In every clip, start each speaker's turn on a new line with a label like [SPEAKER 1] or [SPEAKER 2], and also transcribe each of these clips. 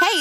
[SPEAKER 1] Hey,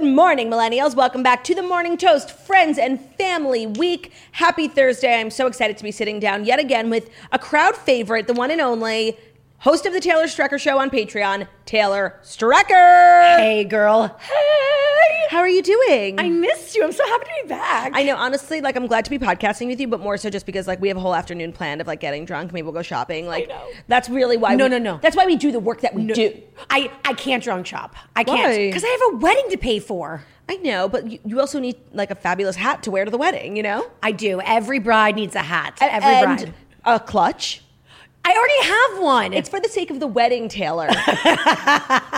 [SPEAKER 2] Good morning, millennials. Welcome back to the Morning Toast Friends and Family Week. Happy Thursday. I'm so excited to be sitting down yet again with a crowd favorite, the one and only host of the Taylor Strecker Show on Patreon, Taylor Strecker.
[SPEAKER 3] Hey, girl. Hey.
[SPEAKER 2] How are you doing?
[SPEAKER 3] I missed you. I'm so happy to be back.
[SPEAKER 2] I know, honestly, like I'm glad to be podcasting with you, but more so just because like we have a whole afternoon planned of like getting drunk, maybe we'll go shopping. Like that's really why.
[SPEAKER 3] No,
[SPEAKER 2] we-
[SPEAKER 3] no, no.
[SPEAKER 2] That's why we do the work that we do.
[SPEAKER 3] I, I can't drunk shop. I
[SPEAKER 2] Why?
[SPEAKER 3] can't because I have a wedding to pay for.
[SPEAKER 2] I know, but you, you also need like a fabulous hat to wear to the wedding. You know,
[SPEAKER 3] I do. Every bride needs a hat. Every
[SPEAKER 2] and
[SPEAKER 3] bride.
[SPEAKER 2] a clutch.
[SPEAKER 3] I already have one.
[SPEAKER 2] It's for the sake of the wedding, Taylor.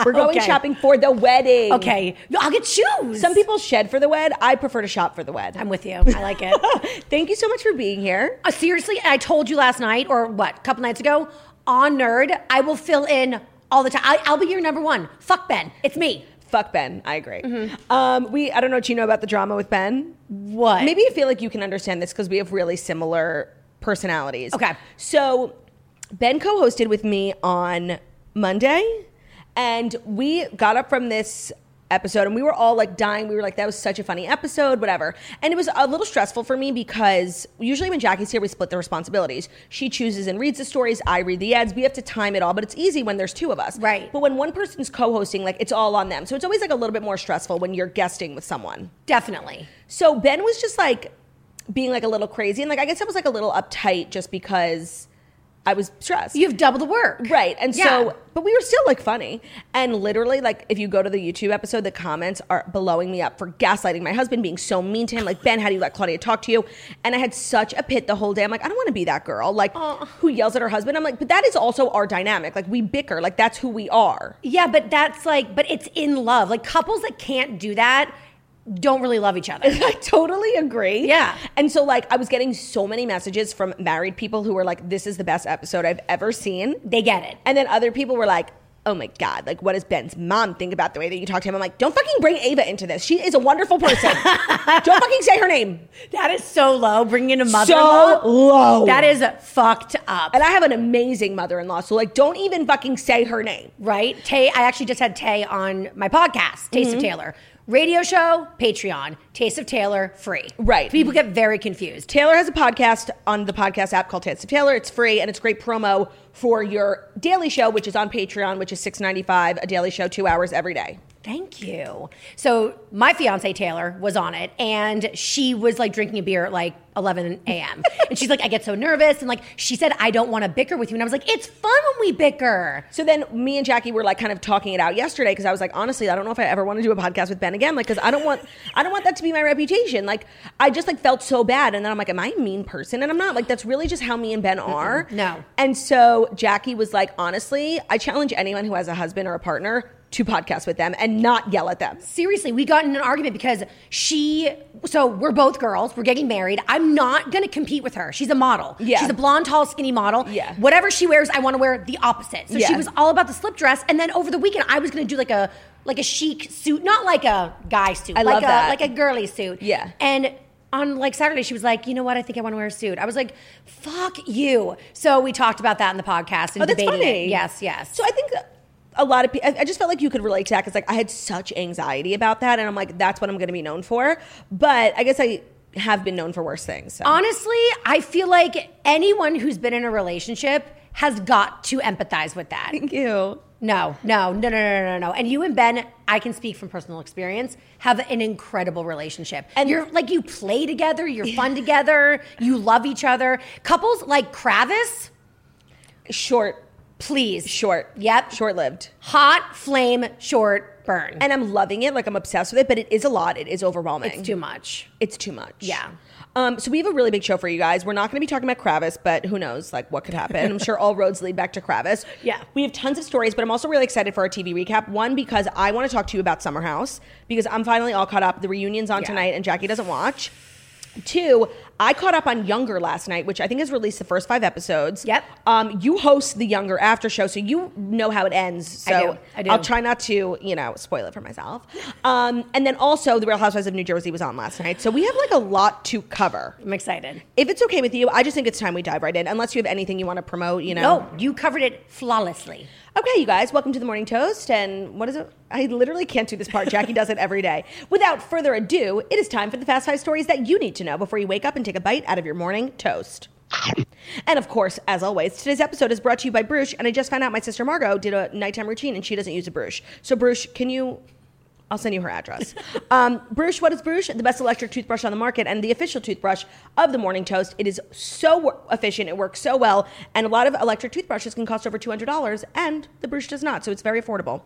[SPEAKER 2] We're going
[SPEAKER 3] Okay.
[SPEAKER 2] shopping for the wedding.
[SPEAKER 3] okay. No, I'll get shoes.
[SPEAKER 2] Some people shed for the wed. I prefer to shop for the wed.
[SPEAKER 3] I'm with you. I like it.
[SPEAKER 2] Thank you so much for being here.
[SPEAKER 3] Uh, seriously, I told you last night or what, a couple nights ago, on Nerd, I will fill in all the time. I, I'll be your number one. Fuck Ben. It's me.
[SPEAKER 2] Fuck Ben. I agree.
[SPEAKER 3] Mm-hmm.
[SPEAKER 2] Um, we. I don't know what you know about the drama with Ben.
[SPEAKER 3] What?
[SPEAKER 2] Maybe I feel like you can understand this because we have really similar personalities.
[SPEAKER 3] Okay.
[SPEAKER 2] So Ben co hosted with me on Monday, and we got up from this episode and we were all like dying. We were like, that was such a funny episode, whatever. And it was a little stressful for me because usually when Jackie's here, we split the responsibilities. She chooses and reads the stories, I read the ads. We have to time it all, but it's easy when there's two of us.
[SPEAKER 3] Right.
[SPEAKER 2] But when one person's co hosting, like it's all on them. So it's always like a little bit more stressful when you're guesting with someone.
[SPEAKER 3] Definitely.
[SPEAKER 2] So Ben was just like being like a little crazy, and like I guess I was like a little uptight just because I was stressed.
[SPEAKER 3] You have double the work.
[SPEAKER 2] right, and
[SPEAKER 3] Yeah.
[SPEAKER 2] so but we were still like funny, and literally like if you go to the YouTube episode, the comments are blowing me up for gaslighting my husband, being so mean to him. Like Ben, how do you let Claudia talk to you? And I had such a pit the whole day. I'm like, I don't want to be that girl, like who yells at her husband. I'm like, but that is also our dynamic. Like we bicker, like that's who we are.
[SPEAKER 3] Yeah, but that's like, but it's in love. Like couples that can't do that don't really love each other.
[SPEAKER 2] I totally agree.
[SPEAKER 3] Yeah.
[SPEAKER 2] And so, like, I was getting so many messages from married people who were like, this is the best episode I've ever seen.
[SPEAKER 3] They get it.
[SPEAKER 2] And then other people were like, oh my God, like, what does Ben's mom think about the way that you talk to him? I'm like, don't fucking bring Ava into this. She is a wonderful person. don't fucking say her name.
[SPEAKER 3] That is so low. Bringing in a mother.
[SPEAKER 2] So low.
[SPEAKER 3] That is fucked up.
[SPEAKER 2] And I have an amazing mother in law. So, like, don't even fucking say her name.
[SPEAKER 3] Right? Tay, I actually just had Tay on my podcast, Taste
[SPEAKER 2] Mm-hmm.
[SPEAKER 3] of Taylor. Radio show, Patreon. Taste of Taylor, free.
[SPEAKER 2] Right.
[SPEAKER 3] People get very confused.
[SPEAKER 2] Taylor has a podcast on the podcast app called Taste of Taylor. It's free and it's great promo for your daily show, which is on Patreon, which is six ninety five a daily show, two hours every day.
[SPEAKER 3] Thank you. So my fiance Taylor was on it, and she was like drinking a beer at like 11 a.m. and she's like, I get so nervous, and like she said, I don't want to bicker with you, and I was like, it's fun when we bicker.
[SPEAKER 2] So then me and Jackie were like kind of talking it out yesterday because I was like, honestly, I don't know if I ever want to do a podcast with Ben again. Like, because I don't want, I don't want that to be my reputation. Like, I just like felt so bad, and then I'm like, am I a mean person? And I'm not. Like, that's really just how me and Ben are.
[SPEAKER 3] No.
[SPEAKER 2] And so Jackie was like, honestly, I challenge anyone who has a husband or a partner to podcast with them and not yell at them.
[SPEAKER 3] Seriously, we got in an argument because she. So we're both girls. We're getting married. I'm not gonna compete with her. She's a model.
[SPEAKER 2] Yeah.
[SPEAKER 3] She's a blonde, tall, skinny model.
[SPEAKER 2] Yeah.
[SPEAKER 3] Whatever she wears, I want to wear the opposite. So she
[SPEAKER 2] Yeah.
[SPEAKER 3] was all about the slip dress, and then over the weekend, I was gonna do like a like a chic suit, not like a guy suit.
[SPEAKER 2] I
[SPEAKER 3] like
[SPEAKER 2] love
[SPEAKER 3] a,
[SPEAKER 2] that.
[SPEAKER 3] Like a girly suit.
[SPEAKER 2] Yeah.
[SPEAKER 3] And on like Saturday, she was like, you know what? I think I want to wear a suit. I was like, fuck you. So we talked about that in the podcast and
[SPEAKER 2] Oh, that's
[SPEAKER 3] debated it.
[SPEAKER 2] funny.
[SPEAKER 3] Yes, yes.
[SPEAKER 2] So I think a lot of people, I I just felt like you could relate to that because like I had such anxiety about that, and I'm like, that's what I'm going to be known for. But I guess I have been known for worse things. So.
[SPEAKER 3] Honestly, I feel like anyone who's been in a relationship has got to empathize with that.
[SPEAKER 2] Thank you.
[SPEAKER 3] No, no, no, no, no, no, no. And you and Ben, I can speak from personal experience, have an incredible relationship. And you're like, you play together, you're fun together, you love each other. Couples like Kravis,
[SPEAKER 2] Short,
[SPEAKER 3] please.
[SPEAKER 2] short.
[SPEAKER 3] Yep.
[SPEAKER 2] Short lived.
[SPEAKER 3] Hot, flame, short, burn. And
[SPEAKER 2] And I'm loving it. Like I'm obsessed with it, but it is a lot. It is overwhelming.
[SPEAKER 3] it's too much.
[SPEAKER 2] It's too much.
[SPEAKER 3] Yeah.
[SPEAKER 2] Um, so we have a really big show for you guys. We're not going to be talking about Kravis, but who knows, like what could happen. I'm sure all roads lead back to Kravis.
[SPEAKER 3] Yeah.
[SPEAKER 2] We have tons of stories, but I'm also really excited for our TV recap. One, because I want to talk to you about Summer House because I'm finally all caught up. The reunion's on
[SPEAKER 3] Yeah.
[SPEAKER 2] tonight and Jackie doesn't watch. Two, I caught up on Younger last night, which I think has released the first five episodes.
[SPEAKER 3] Yep.
[SPEAKER 2] Um, you host the Younger after show, so you know how it ends. So
[SPEAKER 3] I do. I do.
[SPEAKER 2] will try not to, you know, spoil it for myself. Um, and then also, The Real Housewives of New Jersey was on last night, so we have like a lot to cover.
[SPEAKER 3] I'm excited.
[SPEAKER 2] If it's okay with you, I just think it's time we dive right in. Unless you have anything you want to promote, you know.
[SPEAKER 3] No, you covered it flawlessly.
[SPEAKER 2] Okay, you guys, welcome to the Morning Toast. And what is it? I literally can't do this part. Jackie does it every day. Without further ado, it is time for the fast five stories that you need to know before you wake up and take a bite out of your morning toast. And of course, as always, today's episode is brought to you by Bruce. And I just found out my sister Margot did a nighttime routine and she doesn't use a Bruce. So, Bruce, can you? I'll send you her address. um, Bruce, what is Bruce? The best electric toothbrush on the market and the official toothbrush of the Morning Toast. It is so wo- efficient, it works so well, and a lot of electric toothbrushes can cost over $200, and the Bruce does not, so it's very affordable.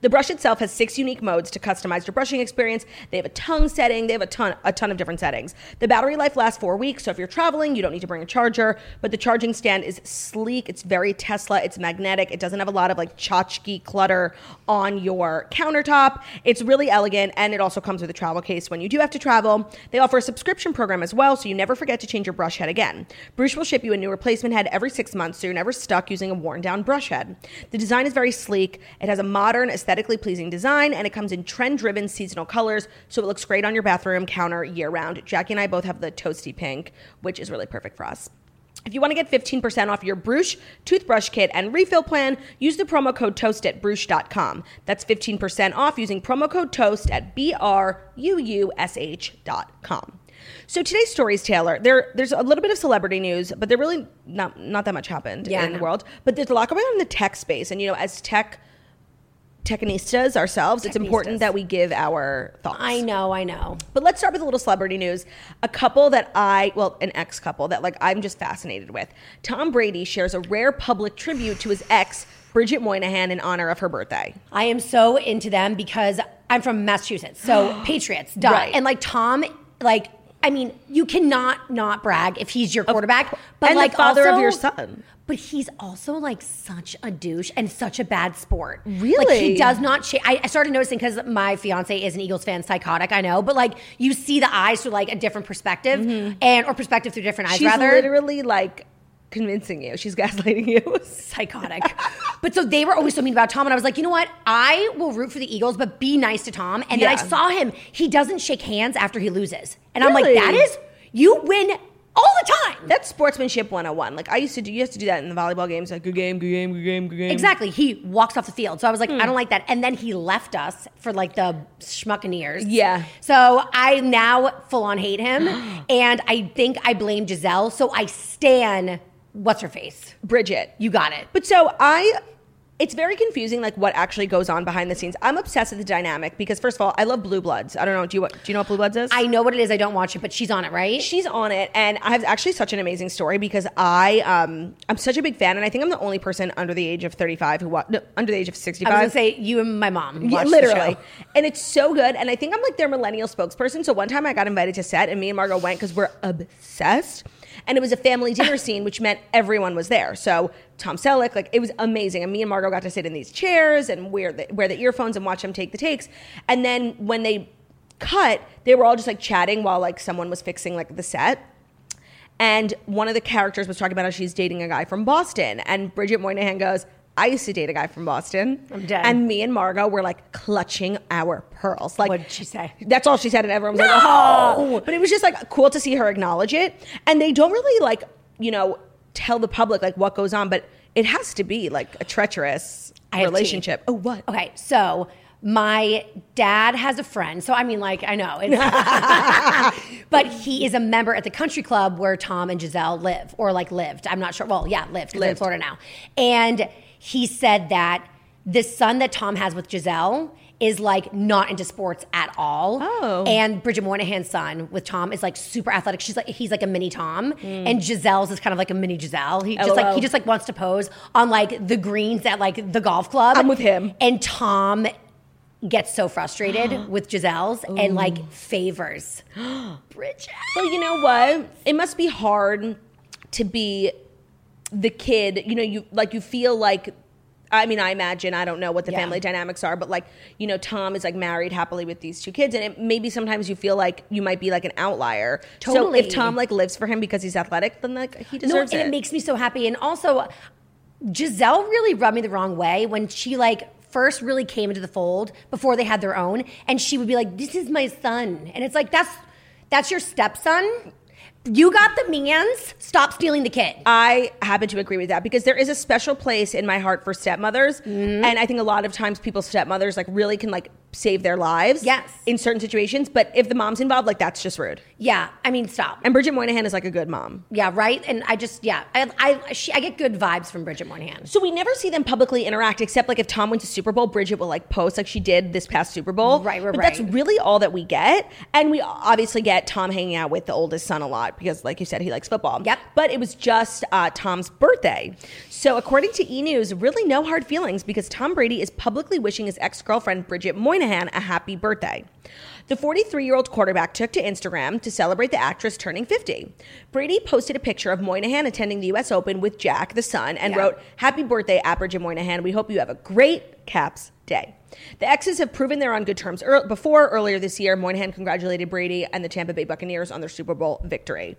[SPEAKER 2] The brush itself has six unique modes to customize your brushing experience. They have a tongue setting. They have a ton, a ton of different settings. The battery life lasts four weeks, so if you're traveling, you don't need to bring a charger. But the charging stand is sleek. It's very Tesla. It's magnetic. It doesn't have a lot of like tchotchke clutter on your countertop. It's really elegant, and it also comes with a travel case when you do have to travel. They offer a subscription program as well, so you never forget to change your brush head again. Bruce will ship you a new replacement head every six months, so you're never stuck using a worn down brush head. The design is very sleek. It has a modern, aesthetically pleasing design, and it comes in trend driven seasonal colors, so it looks great on your bathroom counter year round. Jackie and I both have the toasty pink, which is really perfect for us. If you want to get 15% off your Bruce toothbrush kit and refill plan, use the promo code TOAST at Bruce.com. That's 15% off using promo code TOAST at B-R-U-U-S-H dot com. So today's stories, Taylor, there, there's a little bit of celebrity news, but there really not, not that much happened
[SPEAKER 3] Yeah, I
[SPEAKER 2] in the
[SPEAKER 3] know.
[SPEAKER 2] world. But there's a lot going on in the tech space. And, you know, as tech technistas ourselves, it's important
[SPEAKER 3] Technistas.
[SPEAKER 2] that we give our thoughts.
[SPEAKER 3] I know, I know.
[SPEAKER 2] But let's start with a little celebrity news. A couple that I, well, an ex couple that like I'm just fascinated with. Tom Brady shares a rare public tribute to his ex, Bridget Moynihan, in honor of her birthday.
[SPEAKER 3] I am so into them because I'm from Massachusetts. So Patriots, duh.
[SPEAKER 2] Right.
[SPEAKER 3] And like Tom, like I mean, you cannot not brag if he's your quarterback, but
[SPEAKER 2] and the
[SPEAKER 3] like
[SPEAKER 2] father of
[SPEAKER 3] also-
[SPEAKER 2] your son.
[SPEAKER 3] But he's also like such a douche and such a bad sport. like
[SPEAKER 2] Really?
[SPEAKER 3] he does not. Cha- I, I started noticing because my fiance is an Eagles fan, psychotic. I know, but like you see the eyes through like a different perspective, and or perspective through different eyes.
[SPEAKER 2] Mm-hmm. She's
[SPEAKER 3] rather,
[SPEAKER 2] literally like convincing you. She's gaslighting you.
[SPEAKER 3] psychotic. but so they were always so mean about Tom, and I was like, you know what? I will root for the Eagles, but be nice to Tom. And then
[SPEAKER 2] Yeah.
[SPEAKER 3] I saw him; he doesn't shake hands after he loses, and I'm
[SPEAKER 2] Really?
[SPEAKER 3] like, that is you win all the time.
[SPEAKER 2] That's sportsmanship 101. Like I used to do, you used to do that in the volleyball games. Like good game, good game, good game, good game.
[SPEAKER 3] exactly. He walks off the field, so I was
[SPEAKER 2] Hmm.
[SPEAKER 3] like, I don't like that. And then he left us for like the schmuckaneers.
[SPEAKER 2] Yeah.
[SPEAKER 3] So I now full on hate him, and I think I blame Giselle. So I stan what's her face.
[SPEAKER 2] Bridget.
[SPEAKER 3] You got it.
[SPEAKER 2] But so I, it's very confusing, like what actually goes on behind the scenes. I'm obsessed with the dynamic because, first of all, I love Blue Bloods. I don't know. Do you do you know what Blue Bloods is?
[SPEAKER 3] I know what it is. I don't watch it, but she's on it, right?
[SPEAKER 2] She's on it, and I have actually such an amazing story because I um I'm such a big fan, and I think I'm the only person under the age of 35 who wa- no, under the age of 65.
[SPEAKER 3] I was gonna say you and my mom.
[SPEAKER 2] Yeah,
[SPEAKER 3] watched the
[SPEAKER 2] literally.
[SPEAKER 3] show.
[SPEAKER 2] And it's so good. And I think I'm like their millennial spokesperson. So one time I got invited to set, and me and Margot went because we're obsessed. And it was a family dinner scene, which meant everyone was there. So Tom Selleck, like it was amazing. And me and Margot got to sit in these chairs and wear the, wear the earphones and watch them take the takes. And then when they cut, they were all just like chatting while like someone was fixing like the set. And one of the characters was talking about how she's dating a guy from Boston. And Bridget Moynihan goes, I used to date a guy from Boston.
[SPEAKER 3] I'm dead.
[SPEAKER 2] And me and Margot were like clutching our pearls. Like,
[SPEAKER 3] What'd she say?
[SPEAKER 2] That's all she said. And everyone was like, oh. But it was just like cool to see her acknowledge it. And they don't really like, you know, tell the public like what goes on, but it has to be like a treacherous
[SPEAKER 3] I have tea.
[SPEAKER 2] relationship. Oh, what?
[SPEAKER 3] Okay, so my dad has a friend. So I mean, like I know, it's- but he is a member at the country club where Tom and Giselle live, or like lived. I'm not sure. Well, yeah, lived. 'cause They're in
[SPEAKER 2] Lived.
[SPEAKER 3] Florida now, and he said that this son that Tom has with Giselle is like not into sports at all.
[SPEAKER 2] Oh.
[SPEAKER 3] And Bridget Moynihan's son with Tom is like super athletic. She's like he's like a mini Tom. And Giselle's is kind of like a mini Giselle. He just like
[SPEAKER 2] Hmm. LOL.
[SPEAKER 3] he just like wants to pose on like the greens at like the golf club.
[SPEAKER 2] I'm with him.
[SPEAKER 3] And Tom gets so frustrated with Giselle's and like favors Bridget.
[SPEAKER 2] Well, you know what? It must be hard to be the kid. You know, you like you feel like. I mean, I imagine I don't know what the
[SPEAKER 3] Yeah.
[SPEAKER 2] family dynamics are, but like you know, Tom is like married happily with these two kids, and it, maybe sometimes you feel like you might be like an outlier. So
[SPEAKER 3] Totally.
[SPEAKER 2] if Tom like lives for him because he's athletic, then like he deserves
[SPEAKER 3] no, and it. makes me so happy. And also, Giselle really rubbed me the wrong way when she like first really came into the fold before they had their own, and she would be like, "This is my son," and it's like that's that's your stepson. You got the man's. Stop stealing the kid.
[SPEAKER 2] I happen to agree with that because there is a special place in my heart for stepmothers,
[SPEAKER 3] Mm-hmm.
[SPEAKER 2] and I think a lot of times people's stepmothers like really can like save their lives.
[SPEAKER 3] Yes.
[SPEAKER 2] in certain situations, but if the mom's involved, like that's just rude.
[SPEAKER 3] yeah, I mean, stop.
[SPEAKER 2] And Bridget Moynihan is like a good mom.
[SPEAKER 3] yeah, right. And I just yeah, I I, she, I get good vibes from Bridget Moynihan.
[SPEAKER 2] So we never see them publicly interact except like if Tom went to Super Bowl, Bridget will like post like she did this past Super Bowl.
[SPEAKER 3] Right, right,
[SPEAKER 2] but That's
[SPEAKER 3] right.
[SPEAKER 2] really all that we get. And we obviously get Tom hanging out with the oldest son a lot because like you said, he likes football.
[SPEAKER 3] Yep.
[SPEAKER 2] But it was just uh, Tom's birthday. So according to E! News, really no hard feelings because Tom Brady is publicly wishing his ex-girlfriend Bridget Moynihan a happy birthday. The 43 year old quarterback took to Instagram to celebrate the actress turning 50. Brady posted a picture of Moynihan attending the US Open with Jack, the son, and
[SPEAKER 3] Yeah.
[SPEAKER 2] wrote, Happy birthday, Apergy Moynihan. We hope you have a great Caps day. The exes have proven they're on good terms. Ear- before, earlier this year, Moynihan congratulated Brady and the Tampa Bay Buccaneers on their Super Bowl victory.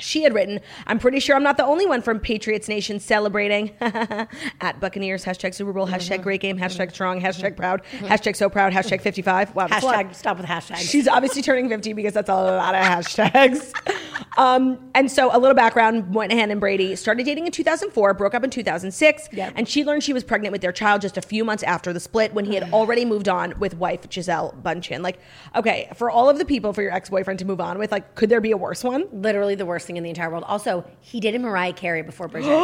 [SPEAKER 2] She had written, I'm pretty sure I'm not the only one from Patriots Nation celebrating at Buccaneers, hashtag Super Bowl, hashtag great game, hashtag strong, hashtag proud, hashtag so proud, hashtag 55. Wow, that's a lot.
[SPEAKER 3] Hashtag stop with hashtags.
[SPEAKER 2] She's obviously turning 50 because that's a lot of hashtags. Um, and so, a little background Moynihan and Brady started dating in 2004, broke up in 2006,
[SPEAKER 3] Yep.
[SPEAKER 2] and she learned she was pregnant with their child just a few months after the split when he had already moved on with wife Giselle Bundchen. Like, okay, for all of the people for your ex boyfriend to move on with, like, could there be a worse one?
[SPEAKER 3] Literally the worst thing in the entire world. Also, he did a Mariah Carey before Bridget.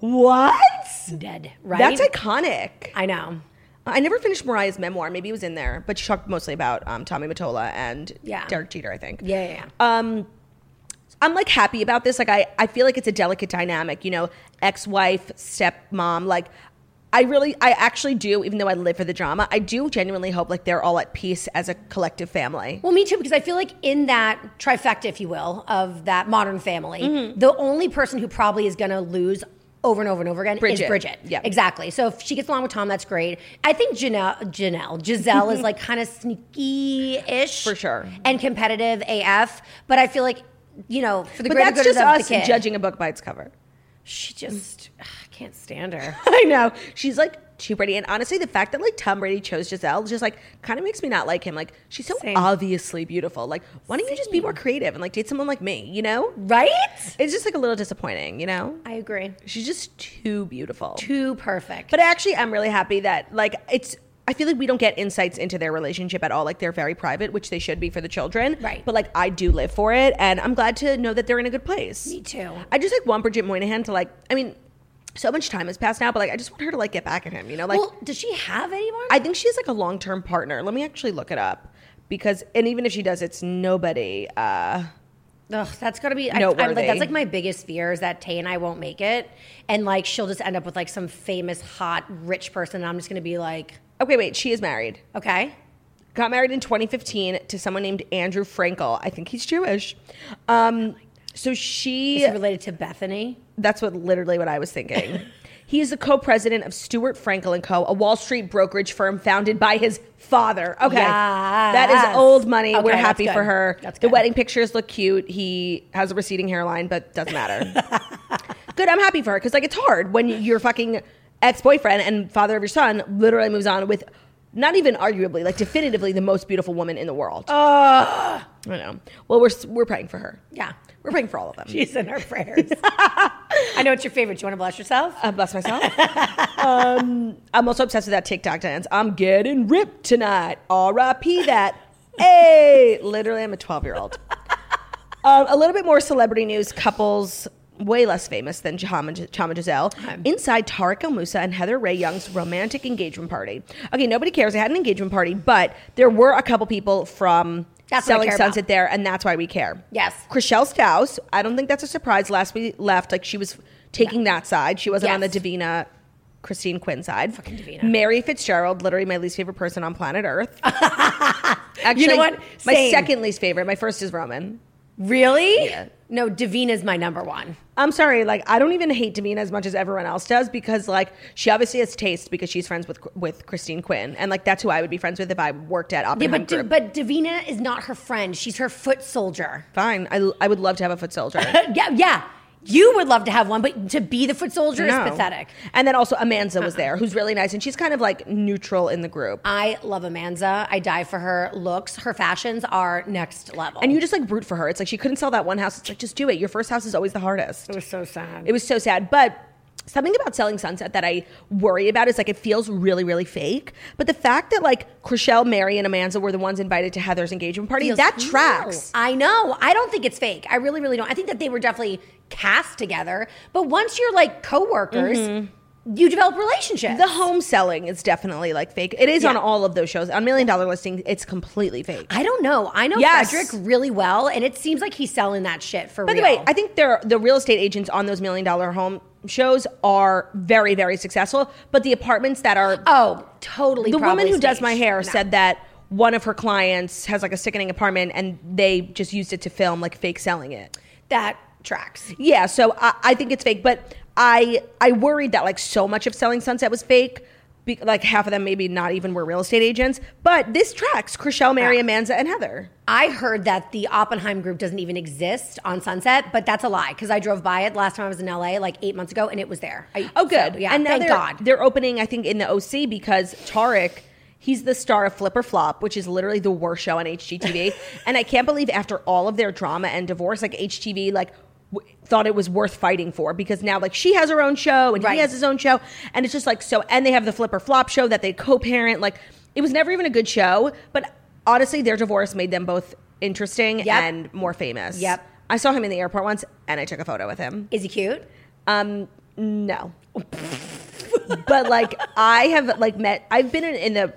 [SPEAKER 2] What?
[SPEAKER 3] Dead. Right.
[SPEAKER 2] That's iconic.
[SPEAKER 3] I know.
[SPEAKER 2] I never finished Mariah's memoir. Maybe it was in there, but she talked mostly about um, Tommy Mottola and
[SPEAKER 3] Yeah.
[SPEAKER 2] Derek Jeter, I think.
[SPEAKER 3] Yeah, yeah, yeah.
[SPEAKER 2] Uh, I'm like happy about this. Like I, I feel like it's a delicate dynamic, you know, ex-wife, stepmom. Like I really, I actually do, even though I live for the drama, I do genuinely hope like they're all at peace as a collective family.
[SPEAKER 3] Well, me too, because I feel like in that trifecta, if you will, of that modern family,
[SPEAKER 2] Mm-hmm.
[SPEAKER 3] the only person who probably is going to lose over and over and over again
[SPEAKER 2] Bridget.
[SPEAKER 3] is Bridget.
[SPEAKER 2] Yeah.
[SPEAKER 3] exactly. So if she gets along with Tom, that's great. I think Janelle, Janelle, Giselle is like kind of sneaky-ish
[SPEAKER 2] For sure.
[SPEAKER 3] and competitive AF. But I feel like you know, for the
[SPEAKER 2] But
[SPEAKER 3] greater
[SPEAKER 2] that's
[SPEAKER 3] good
[SPEAKER 2] just
[SPEAKER 3] of the-
[SPEAKER 2] us
[SPEAKER 3] the kid,
[SPEAKER 2] judging a book by its cover.
[SPEAKER 3] She just ugh, I can't stand her.
[SPEAKER 2] I know she's like too pretty, and honestly, the fact that like Tom Brady chose Giselle just like kind of makes me not like him. Like she's so
[SPEAKER 3] Same.
[SPEAKER 2] obviously beautiful. Like why don't you just be more creative and like date someone like me? You know,
[SPEAKER 3] right?
[SPEAKER 2] it's just like a little disappointing. You know,
[SPEAKER 3] I agree.
[SPEAKER 2] she's just too beautiful.
[SPEAKER 3] Too perfect.
[SPEAKER 2] But I actually am really happy that like it's I feel like we don't get insights into their relationship at all. Like they're very private, which they should be for the children.
[SPEAKER 3] Right.
[SPEAKER 2] But like I do live for it and I'm glad to know that they're in a good place.
[SPEAKER 3] me too.
[SPEAKER 2] I just like want Bridget Moynihan to like I mean, so much time has passed now, but like I just want her to like get back at him, you know? Like
[SPEAKER 3] well, does she have anyone?
[SPEAKER 2] I think she has like a long term partner. Let me actually look it up. Because and even if she does, it's nobody. Uh
[SPEAKER 3] Ugh, that's gotta be. I, I'm
[SPEAKER 2] Noteworthy.
[SPEAKER 3] like, that's like my biggest fear is that Tay and I won't make it, and like she'll just end up with like some famous, hot, rich person, and I'm just gonna be like,
[SPEAKER 2] okay, wait, she is married.
[SPEAKER 3] okay,
[SPEAKER 2] Got married in 2015 to someone named Andrew Frankel. I think he's Jewish. Um so she
[SPEAKER 3] is it related to Bethany?
[SPEAKER 2] That's what literally what I was thinking. he is the co-president of Stuart Frankel and Co, a Wall Street brokerage firm founded by his father. Okay, that
[SPEAKER 3] Yes.
[SPEAKER 2] is old money.
[SPEAKER 3] Okay,
[SPEAKER 2] We're
[SPEAKER 3] that's
[SPEAKER 2] happy for
[SPEAKER 3] good.
[SPEAKER 2] her.
[SPEAKER 3] That's
[SPEAKER 2] the
[SPEAKER 3] good.
[SPEAKER 2] wedding pictures look cute. He has a receding hairline, but doesn't matter. good. I'm happy for her because like it's hard when your fucking ex-boyfriend and father of your son literally moves on with. Not even arguably, like definitively, the most beautiful woman in the world. Oh, I know. Well, we're we're praying for her.
[SPEAKER 3] Yeah,
[SPEAKER 2] We're praying for all of them.
[SPEAKER 3] she's in her prayers. I know it's your favorite. Do you want to bless yourself?
[SPEAKER 2] I bless myself. um, I'm also obsessed with that TikTok dance. I'm getting ripped tonight. R.I.P. That. Hey, literally, I'm a 12 year old. Um, a little bit more celebrity news. Couples way less famous than Chama, Chama Giselle, inside Tariq El Musa and Heather Ray Young's romantic engagement party. Okay, nobody cares. They had an engagement party, but there were a couple people from
[SPEAKER 3] That's what we
[SPEAKER 2] Selling
[SPEAKER 3] care about.
[SPEAKER 2] Sunset there, and that's why we care.
[SPEAKER 3] Yes.
[SPEAKER 2] Chriselle Staus, I don't think that's a surprise. Last we left, like she was taking that side. She wasn't on the
[SPEAKER 3] Yes.
[SPEAKER 2] Davina. Christine Quinn side.
[SPEAKER 3] Fucking Davina.
[SPEAKER 2] Mary Fitzgerald, literally my least favorite person on planet Earth. Actually,
[SPEAKER 3] what?
[SPEAKER 2] My
[SPEAKER 3] Same.
[SPEAKER 2] second least favorite. My first is Roman.
[SPEAKER 3] Really? No, Davina's my number one.
[SPEAKER 2] I'm sorry, like I don't even hate Davina as much as everyone else does because like she obviously has taste because she's friends with with Christine Quinn and like that's who I would be friends with if I worked at
[SPEAKER 3] Yeah,
[SPEAKER 2] Oppenheim
[SPEAKER 3] but Da-
[SPEAKER 2] Group.
[SPEAKER 3] but Davina is not her friend. She's her foot soldier.
[SPEAKER 2] Fine, I, I would love to have a foot soldier.
[SPEAKER 3] Yeah, yeah. You would love to have one, but to be the foot soldier is
[SPEAKER 2] No.
[SPEAKER 3] pathetic. Uh-huh.
[SPEAKER 2] And then also Amanza was there, who's really nice, and she's kind of like neutral in the group.
[SPEAKER 3] I love Amanza. I die for her looks. Her fashions are next level.
[SPEAKER 2] And you just like root for her. It's like she couldn't sell that one house. It's like just do it. Your first house is always the hardest.
[SPEAKER 3] was so sad.
[SPEAKER 2] It was so sad. But something about selling sunset that I worry about is like it feels really, really fake. But the fact that like Chriselle, Mary, and Amanza were the ones invited to Heather's engagement party, that tracks.
[SPEAKER 3] I know. I don't think it's fake. I really, really don't. I think that they were definitely cast together. But once you're like coworkers, you develop relationships.
[SPEAKER 2] Mm-hmm. The home selling is definitely like fake. It is on
[SPEAKER 3] Yeah.
[SPEAKER 2] all of those shows. On Million Dollar Listing, it's completely fake.
[SPEAKER 3] I don't know. I know
[SPEAKER 2] Yes.
[SPEAKER 3] Frederick really well, and it seems like he's selling that shit for
[SPEAKER 2] By the
[SPEAKER 3] real.
[SPEAKER 2] way, I think they're, the real estate agents on those Million Dollar Home shows are very, very successful. But the apartments that are
[SPEAKER 3] oh, totally.
[SPEAKER 2] the woman
[SPEAKER 3] probably
[SPEAKER 2] who does
[SPEAKER 3] staged.
[SPEAKER 2] my hair
[SPEAKER 3] No.
[SPEAKER 2] said that one of her clients has like a sickening apartment and they just used it to film like fake selling it
[SPEAKER 3] that tracks.
[SPEAKER 2] yeah so i, I think it's fake but i i worried that like so much of selling sunset was fake be, like half of them maybe not even were real estate agents but this tracks Chriselle, mary
[SPEAKER 3] Yeah.
[SPEAKER 2] amanza and heather
[SPEAKER 3] I heard that the Oppenheim group doesn't even exist on Sunset, but that's a lie because I drove by it last time I was in LA like eight months ago and it was there. I,
[SPEAKER 2] oh good
[SPEAKER 3] so, yeah,
[SPEAKER 2] and now
[SPEAKER 3] thank
[SPEAKER 2] they're,
[SPEAKER 3] God.
[SPEAKER 2] they're opening i think in the oc because tarek He's the star of Flip or Flop, which is literally the worst show on HGTV. and I can't believe after all of their drama and divorce, like HGTV, like w- thought it was worth fighting for because now like she has her own show and
[SPEAKER 3] Right.
[SPEAKER 2] he has his own show, and it's just like so. And they have the Flip or Flop show that they co-parent. Like it was never even a good show, but honestly, their divorce made them both interesting
[SPEAKER 3] Yep.
[SPEAKER 2] and more famous.
[SPEAKER 3] Yep.
[SPEAKER 2] I saw him in the airport once, and I took a photo with him.
[SPEAKER 3] Is he cute?
[SPEAKER 2] Um, no. but like I have like met I've been in, in the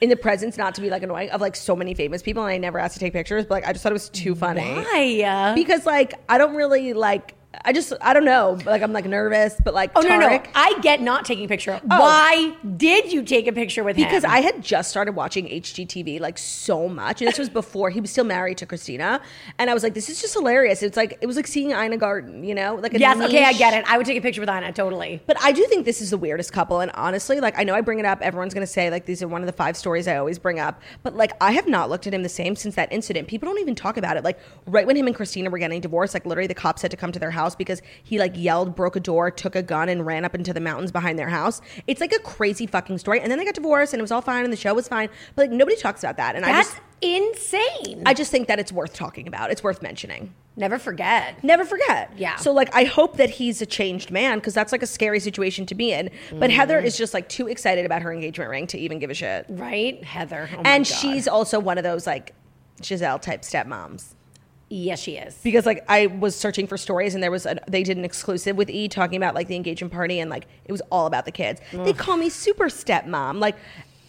[SPEAKER 2] in the presence not to be like annoying of like so many famous people and I never asked to take pictures but like I just thought it was too funny.
[SPEAKER 3] Why?
[SPEAKER 2] Because like I don't really like I just I don't know like I'm like nervous but like
[SPEAKER 3] Oh no no!
[SPEAKER 2] Tarek- Oh.
[SPEAKER 3] I get not taking a picture. Why did you take a picture with him?
[SPEAKER 2] because I had just started watching HGTV like so much, and this was before he was still married to Christina, and I was like, "This is just hilarious." It's like it was like seeing Ina Garden, you know, like a
[SPEAKER 3] yes, okay, I
[SPEAKER 2] niche-
[SPEAKER 3] get it. I would take a picture with Anna totally.
[SPEAKER 2] But I do think this is the weirdest couple. And honestly, like, I know I bring it up. Everyone's going to say, like, these are one of the five stories I always bring up. But, like, I have not looked at him the same since that incident. People don't even talk about it. Like, right when him and Christina were getting divorced, like, literally the cops had to come to their house because he, like, yelled, broke a door, took a gun, and ran up into the mountains behind their house. It's like a crazy fucking story. And then they got divorced and it was all fine and the show was fine. But, like, nobody talks about that. And I
[SPEAKER 3] That's
[SPEAKER 2] just.
[SPEAKER 3] insane.
[SPEAKER 2] I just think that it's worth talking about. It's worth mentioning
[SPEAKER 3] Never forget.
[SPEAKER 2] never forget.
[SPEAKER 3] Yeah.
[SPEAKER 2] So like, I hope that he's a changed man because that's like a scary situation to be in. But
[SPEAKER 3] Mm.
[SPEAKER 2] Heather is just like too excited about her engagement ring to even give a shit,
[SPEAKER 3] Right, Heather. Oh my
[SPEAKER 2] and
[SPEAKER 3] God.
[SPEAKER 2] she's also one of those like Giselle type stepmoms.
[SPEAKER 3] yes, she is.
[SPEAKER 2] Because like I was searching for stories and there was an, they did an exclusive with E talking about like the engagement party and like it was all about the kids. They call me super stepmom. Like,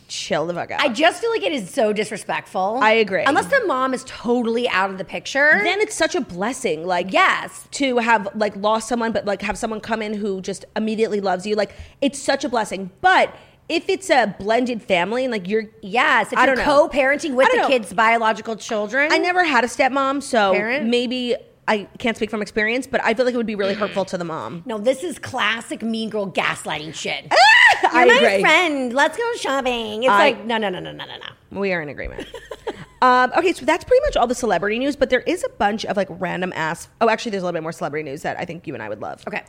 [SPEAKER 2] chill the fuck out.
[SPEAKER 3] I just feel like it is so disrespectful.
[SPEAKER 2] I agree.
[SPEAKER 3] Unless the mom is totally out of the picture.
[SPEAKER 2] then it's such a blessing. Like
[SPEAKER 3] Yes.
[SPEAKER 2] to have like lost someone, but like have someone come in who just immediately loves you. Like it's such a blessing. But if it's a blended family and like you're,
[SPEAKER 3] yes, if
[SPEAKER 2] I
[SPEAKER 3] you're
[SPEAKER 2] don't know.
[SPEAKER 3] co-parenting
[SPEAKER 2] I
[SPEAKER 3] with the
[SPEAKER 2] don't know.
[SPEAKER 3] kids' biological children.
[SPEAKER 2] I never had a stepmom, so
[SPEAKER 3] Parent?
[SPEAKER 2] maybe I can't speak from experience, but I feel like it would be really hurtful to the mom.
[SPEAKER 3] No, this is classic mean girl gaslighting shit.
[SPEAKER 2] I
[SPEAKER 3] You're my
[SPEAKER 2] agree.
[SPEAKER 3] friend. Let's go shopping. It's
[SPEAKER 2] I-
[SPEAKER 3] like no, no, no, no, no, no, no.
[SPEAKER 2] We are in agreement. um, okay, so that's pretty much all the celebrity news, but there is a bunch of like random ass. Oh, actually, there's a little bit more celebrity news that I think you and I would love.
[SPEAKER 3] Okay.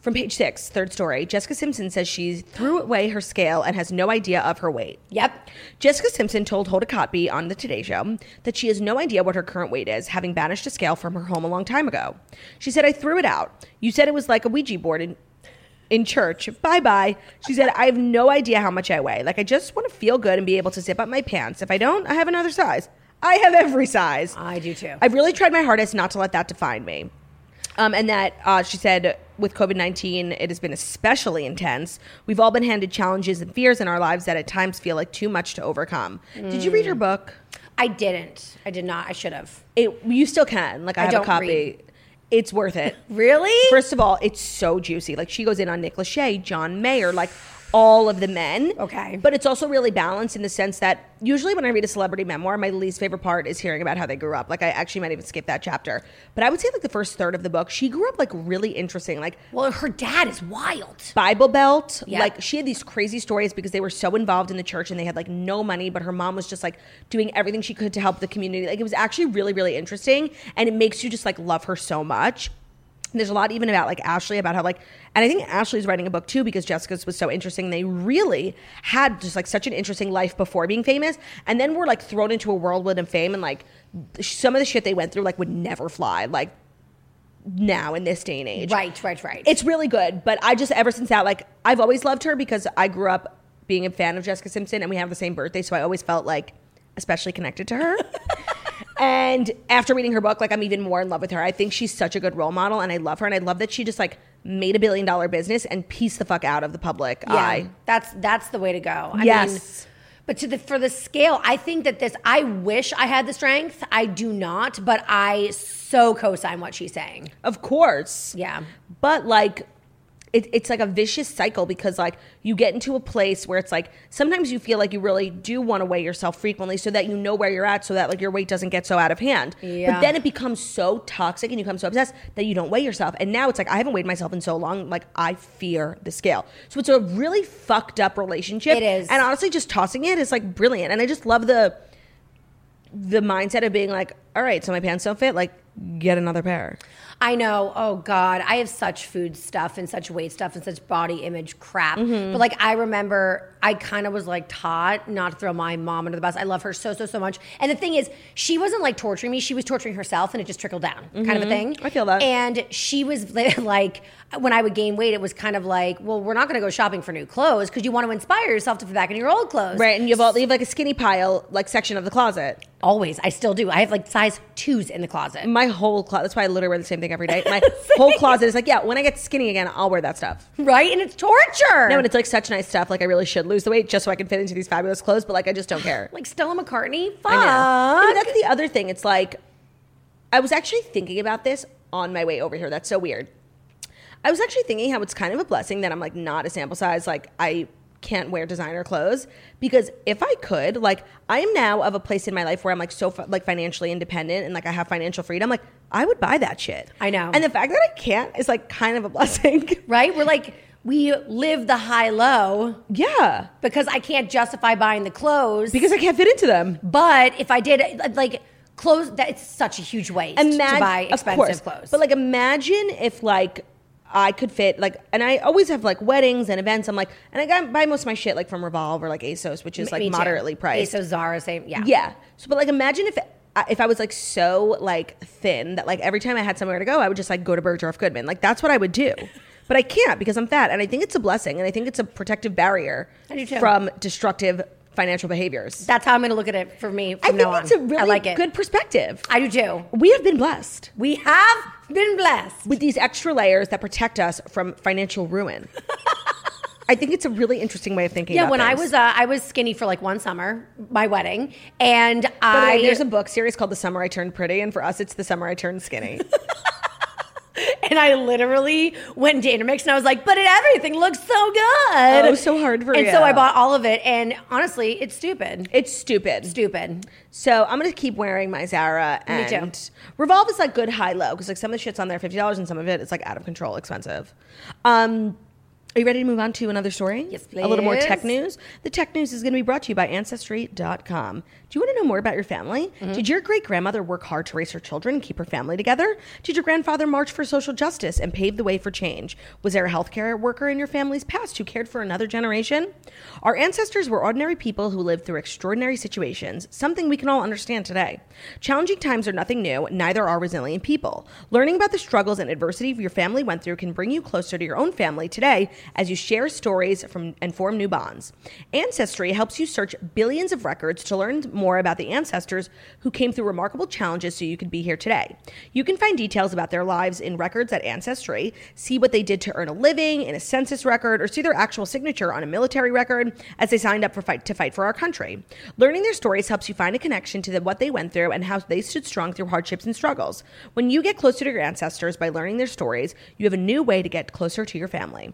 [SPEAKER 2] From page six, third story, Jessica Simpson says she threw away her scale and has no idea of her weight.
[SPEAKER 3] Yep.
[SPEAKER 2] Jessica Simpson told Hoda Kotb on The Today Show that she has no idea what her current weight is, having banished a scale from her home a long time ago. She said, I threw it out. You said it was like a Ouija board in, in church. Bye bye. She said, I have no idea how much I weigh. Like, I just want to feel good and be able to zip up my pants. If I don't, I have another size. I have every size.
[SPEAKER 3] I do too.
[SPEAKER 2] I've really tried my hardest not to let that define me. Um, and that uh, she said, with COVID 19, it has been especially intense. We've all been handed challenges and fears in our lives that at times feel like too much to overcome. Did you read her book?
[SPEAKER 3] I didn't. I did not. I should have.
[SPEAKER 2] It, you still can. Like, I, have
[SPEAKER 3] don't
[SPEAKER 2] a copy.
[SPEAKER 3] read.
[SPEAKER 2] It's worth it.
[SPEAKER 3] Really?
[SPEAKER 2] First of all, it's so juicy. Like she goes in on Nick Lachey, John Mayer, like all of the men.
[SPEAKER 3] Okay.
[SPEAKER 2] But it's also really balanced in the sense that usually when I read a celebrity memoir, my least favorite part is hearing about how they grew up. Like I actually might even skip that chapter. But I would say like the first third of the book, she grew up like really interesting. Like
[SPEAKER 3] well, her dad is wild.
[SPEAKER 2] Bible Belt.
[SPEAKER 3] Yeah.
[SPEAKER 2] Like she had these crazy stories because they were so involved in the church and they had like no money, but her mom was just like doing everything she could to help the community. Like it was actually really, really interesting. And it makes you just like love her so much. And There's a lot even about like Ashley about how like, and I think Ashley's writing a book too because Jessica's was so interesting. They really had just like such an interesting life before being famous, and then were like thrown into a whirlwind of fame, and like some of the shit they went through like would never fly like now in this day and age.
[SPEAKER 3] Right, right, right.
[SPEAKER 2] It's really good, but I just ever since that, like I've always loved her because I grew up being a fan of Jessica Simpson, and we have the same birthday, so I always felt like especially connected to her. and after reading her book, like I'm even more in love with her. I think she's such a good role model, and I love her, and I love that she just like made a billion dollar business and pieced the fuck out of the public eye.
[SPEAKER 3] That's that's the way to go. I
[SPEAKER 2] Yes.
[SPEAKER 3] Mean, but to the for the scale, I think that this I wish I had the strength. I do not, but I so co-sign what she's saying.
[SPEAKER 2] Of course.
[SPEAKER 3] Yeah.
[SPEAKER 2] But like, it, it's like a vicious cycle because like you get into a place where it's like sometimes you feel like you really do want to weigh yourself frequently so that you know where you're at so that like your weight doesn't get so out of hand. But
[SPEAKER 3] Yeah.
[SPEAKER 2] then it becomes so toxic and you become so obsessed that you don't weigh yourself. And now it's like I haven't weighed myself in so long. Like I fear the scale. So it's a really fucked up relationship.
[SPEAKER 3] It is.
[SPEAKER 2] And honestly, just tossing it is like brilliant. And I just love the the mindset of being like, all right, so my pants don't fit. Like get another pair.
[SPEAKER 3] I know. Oh God, I have such food stuff and such weight stuff and such body image crap.
[SPEAKER 2] Mm-hmm.
[SPEAKER 3] But like, I remember I kind of was like taught not to throw my mom under the bus. I love her so so so much. And the thing is, she wasn't like torturing me. She was torturing herself, and it just trickled down, kind of a thing.
[SPEAKER 2] Mm-hmm. I feel that.
[SPEAKER 3] And she was li- like, when I would gain weight, it was kind of like, well, we're not going to go shopping for new clothes because you want to inspire yourself to put back in your old clothes,
[SPEAKER 2] Right, and you've all you have like a skinny pile, like section of the closet.
[SPEAKER 3] Always, I still do. I have like size twos in the closet.
[SPEAKER 2] My whole closet. That's why I literally wear the same thing every day. My whole closet is like, yeah. When I get skinny again, I'll wear that stuff.
[SPEAKER 3] Right, and it's torture.
[SPEAKER 2] No, and it's like such nice stuff. Like I really should lose the weight just so I can fit into these fabulous clothes. But like I just don't care.
[SPEAKER 3] like Stella McCartney. Fuck.
[SPEAKER 2] I know. And that's the other thing. It's like I was actually thinking about this on my way over here. That's so weird. I was actually thinking how it's kind of a blessing that I'm like not a sample size. Like I can't wear designer clothes because if I could, like I am now of a place in my life where I'm like so fi- like financially independent and like I have financial freedom. Like I would buy that shit.
[SPEAKER 3] I know.
[SPEAKER 2] And the fact that I can't is like kind of a blessing.
[SPEAKER 3] right? We're like, we live the high low
[SPEAKER 2] yeah,
[SPEAKER 3] because I can't justify buying the clothes.
[SPEAKER 2] because I can't fit into them.
[SPEAKER 3] but if I did, like, clothes, that it's such a huge waste
[SPEAKER 2] Imagine
[SPEAKER 3] to buy
[SPEAKER 2] of
[SPEAKER 3] expensive
[SPEAKER 2] course.
[SPEAKER 3] clothes.
[SPEAKER 2] But like, imagine if like I could fit like, and I always have like weddings and events. I'm like, and I got, buy most of my shit like from Revolve or like ASOS, which is like
[SPEAKER 3] Me too.
[SPEAKER 2] moderately priced.
[SPEAKER 3] ASOS, Zara, same. Yeah.
[SPEAKER 2] Yeah. So, but like, imagine if I- if I was like so like thin that like every time I had somewhere to go, I would just like go to Bergdorf Goodman. Like that's what I would do. But I can't because I'm fat, and I think it's a blessing, and I think it's a protective barrier
[SPEAKER 3] I do too.
[SPEAKER 2] from destructive financial behaviors.
[SPEAKER 3] That's how I'm going to look at it for me from
[SPEAKER 2] I think
[SPEAKER 3] now
[SPEAKER 2] it's a
[SPEAKER 3] on.
[SPEAKER 2] really
[SPEAKER 3] I like it.
[SPEAKER 2] good perspective.
[SPEAKER 3] I do too.
[SPEAKER 2] we have been blessed.
[SPEAKER 3] We have been blessed.
[SPEAKER 2] with these extra layers that protect us from financial ruin. I think it's a really interesting way of thinking.
[SPEAKER 3] Yeah,
[SPEAKER 2] about
[SPEAKER 3] when I
[SPEAKER 2] things.
[SPEAKER 3] was uh, I was skinny for like one summer, my wedding, and
[SPEAKER 2] By the way,
[SPEAKER 3] I
[SPEAKER 2] there's a book series called "The Summer I Turned Pretty," and for us, it's "The Summer I Turned Skinny."
[SPEAKER 3] and I literally went to Intermix and I was like, but it, everything looks so good.
[SPEAKER 2] Oh, so hard for
[SPEAKER 3] and
[SPEAKER 2] you.
[SPEAKER 3] so I bought all of it, and honestly, it's stupid.
[SPEAKER 2] it's stupid.
[SPEAKER 3] stupid.
[SPEAKER 2] So I'm gonna keep wearing my Zara
[SPEAKER 3] Me too.
[SPEAKER 2] and Revolve is like good high low because like some of the shit's on there fifty dollars and some of it is like out of control expensive. Um, are you ready to move on to another story?
[SPEAKER 3] Yes,
[SPEAKER 2] A little more
[SPEAKER 3] please.
[SPEAKER 2] tech news. The tech news is going to be brought to you by Ancestry.com. Do you want to know more about your family? Did your great grandmother work hard to raise her children and keep her family together? Did your grandfather march for social justice and pave the way for change? Was there a healthcare worker in your family's past who cared for another generation? Our ancestors were ordinary people who lived through extraordinary situations, something we can all understand today. Challenging times are nothing new, neither are resilient people. Learning about the struggles and adversity your family went through can bring you closer to your own family today as you share stories from and form new bonds. Ancestry helps you search billions of records to learn more about the ancestors who came through remarkable challenges so you could be here today. You can find details about their lives in records at Ancestry, see what they did to earn a living in a census record, or see their actual signature on a military record as they signed up for fight to fight for our country. Learning their stories helps you find a connection to the, what they went through and how they stood strong through hardships and struggles. When you get closer to your ancestors by learning their stories, you have a new way to get closer to your family.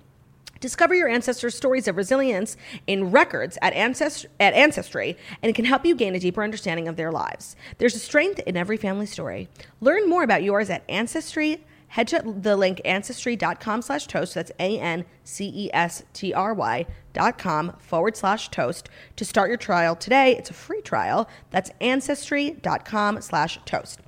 [SPEAKER 2] Discover your ancestors' stories of resilience in records at, Ancest- at Ancestry, and it can help you gain a deeper understanding of their lives. There's a strength in every family story. Learn more about yours at Ancestry. Head to the link ancestry.com slash toast. That's A N C E S T R Y dot com forward slash toast to start your trial today. It's a free trial. That's ancestry.com slash toast.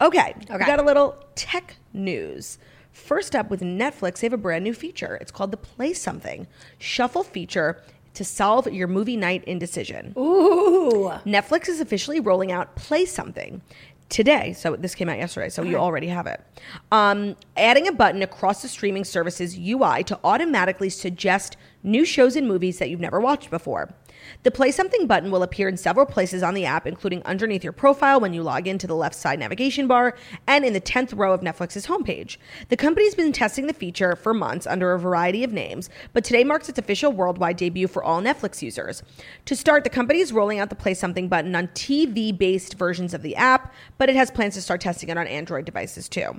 [SPEAKER 2] Okay, we got a little tech news. First up with Netflix, they have a brand new feature. It's called the Play Something Shuffle feature to solve your movie night indecision. Ooh. Netflix is officially rolling out Play Something today. So this came out yesterday, so you already have it. Um, adding a button across the streaming service's UI to automatically suggest new shows and movies that you've never watched before. The Play Something button will appear in several places on the app, including underneath your profile when you log into the left side navigation bar and in the 10th row of Netflix's homepage. The company's been testing the feature for months under a variety of names, but today marks its official worldwide debut for all Netflix users. To start, the company is rolling out the Play Something button on TV based versions of the app, but it has plans to start testing it on Android devices too.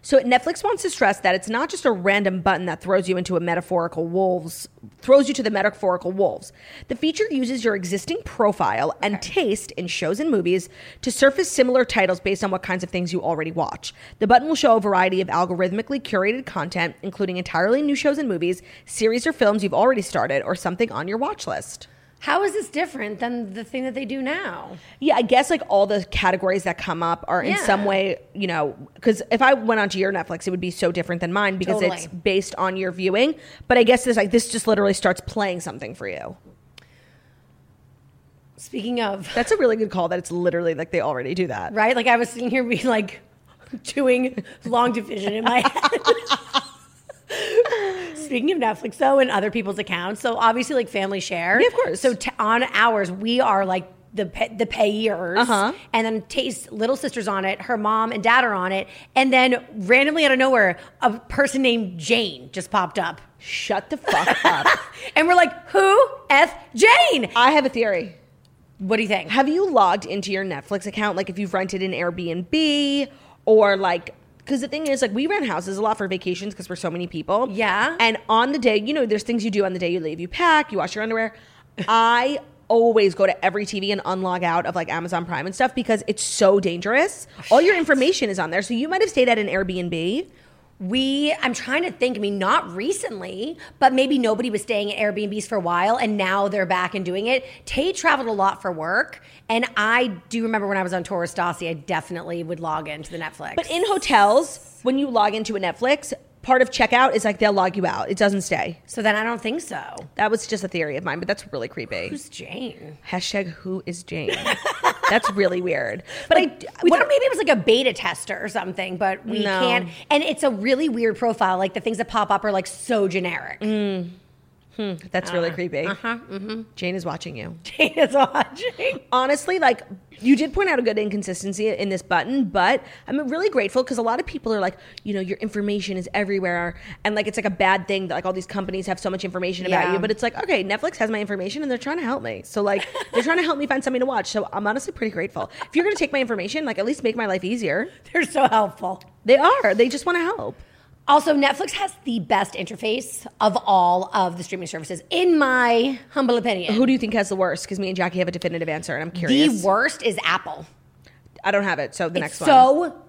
[SPEAKER 2] So Netflix wants to stress that it's not just a random button that throws you into a metaphorical wolves, throws you to the metaphorical wolves. The feature uses your existing profile and taste in shows and movies to surface similar titles based on what kinds of things you already watch. The button will show a variety of algorithmically curated content, including entirely new shows and movies, series or films you've already started, or something on your watch list.
[SPEAKER 3] How is this different than the thing that they do now?
[SPEAKER 2] Yeah, I guess like all the categories that come up are in
[SPEAKER 3] Yeah.
[SPEAKER 2] some way, you know, because if I went onto your Netflix, it would be so different than mine because it's
[SPEAKER 3] Totally.
[SPEAKER 2] based on your viewing. But I guess this like this just literally starts playing something for you.
[SPEAKER 3] Speaking of,
[SPEAKER 2] That's a really good call. That it's literally like they already do that.
[SPEAKER 3] right? Like I was sitting here being like doing long division in my head. Speaking of Netflix though, and other people's accounts, so obviously like family share,
[SPEAKER 2] Yeah, of course.
[SPEAKER 3] So t- on ours, we are like the pa- the payers,
[SPEAKER 2] Uh-huh.
[SPEAKER 3] and then Tate's little sister's on it. Her mom and dad are on it, and then randomly out of nowhere, a person named Jane just popped up,
[SPEAKER 2] Shut the fuck up.
[SPEAKER 3] and we're like, "Who f Jane?
[SPEAKER 2] I have a theory.
[SPEAKER 3] What do you think?"
[SPEAKER 2] Have you logged into your Netflix account? Like if you've rented an Airbnb or like, because the thing is, like, we rent houses a lot for vacations because we're so many people.
[SPEAKER 3] Yeah.
[SPEAKER 2] And on the day, you know, there's things you do on the day you leave. You pack, you wash your underwear. I always go to every TV and unlog out of like Amazon Prime and stuff because it's so dangerous.
[SPEAKER 3] Oh,
[SPEAKER 2] All your information is on there. So you might have stayed at an Airbnb.
[SPEAKER 3] We, I'm trying to think. I mean, not recently, but maybe nobody was staying at Airbnbs for a while, and now they're back and doing it. Tay traveled a lot for work, and I do remember when I was on tour with Stassi, I definitely would log into the Netflix.
[SPEAKER 2] But in hotels, when you log into a Netflix, part of checkout is like they'll log you out. It doesn't stay.
[SPEAKER 3] so then I don't think so.
[SPEAKER 2] That was just a theory of mine, but that's really creepy.
[SPEAKER 3] Who's Jane?
[SPEAKER 2] Hashtag who is Jane? That's really weird. But I
[SPEAKER 3] We
[SPEAKER 2] we
[SPEAKER 3] thought maybe it was like a beta tester or something, but we
[SPEAKER 2] No.
[SPEAKER 3] can't. And it's a really weird profile. Like the things that pop up are like so generic.
[SPEAKER 2] Mm. don't- that's really creepy. Jane is watching you.
[SPEAKER 3] Uh-huh, mm-hmm. Jane is watching.
[SPEAKER 2] Honestly, like you did point out a good inconsistency in this button, but I'm really grateful because a lot of people are like, you know, your information is everywhere, and like it's like a bad thing that like all these companies have so much information about
[SPEAKER 3] Yeah.
[SPEAKER 2] you. But it's like, okay, Netflix has my information, and they're trying to help me. So like they're trying to help me find something to watch. So I'm honestly pretty grateful. If you're gonna take my information, like at least make my life easier.
[SPEAKER 3] They're so helpful.
[SPEAKER 2] They are. They just want to help.
[SPEAKER 3] Also, Netflix has the best interface of all of the streaming services, in my humble opinion.
[SPEAKER 2] Who do you think has the worst? Because me and Jackie have a definitive answer, and I'm
[SPEAKER 3] the
[SPEAKER 2] curious.
[SPEAKER 3] worst is Apple.
[SPEAKER 2] I don't have it. So the next
[SPEAKER 3] it's
[SPEAKER 2] one.
[SPEAKER 3] so,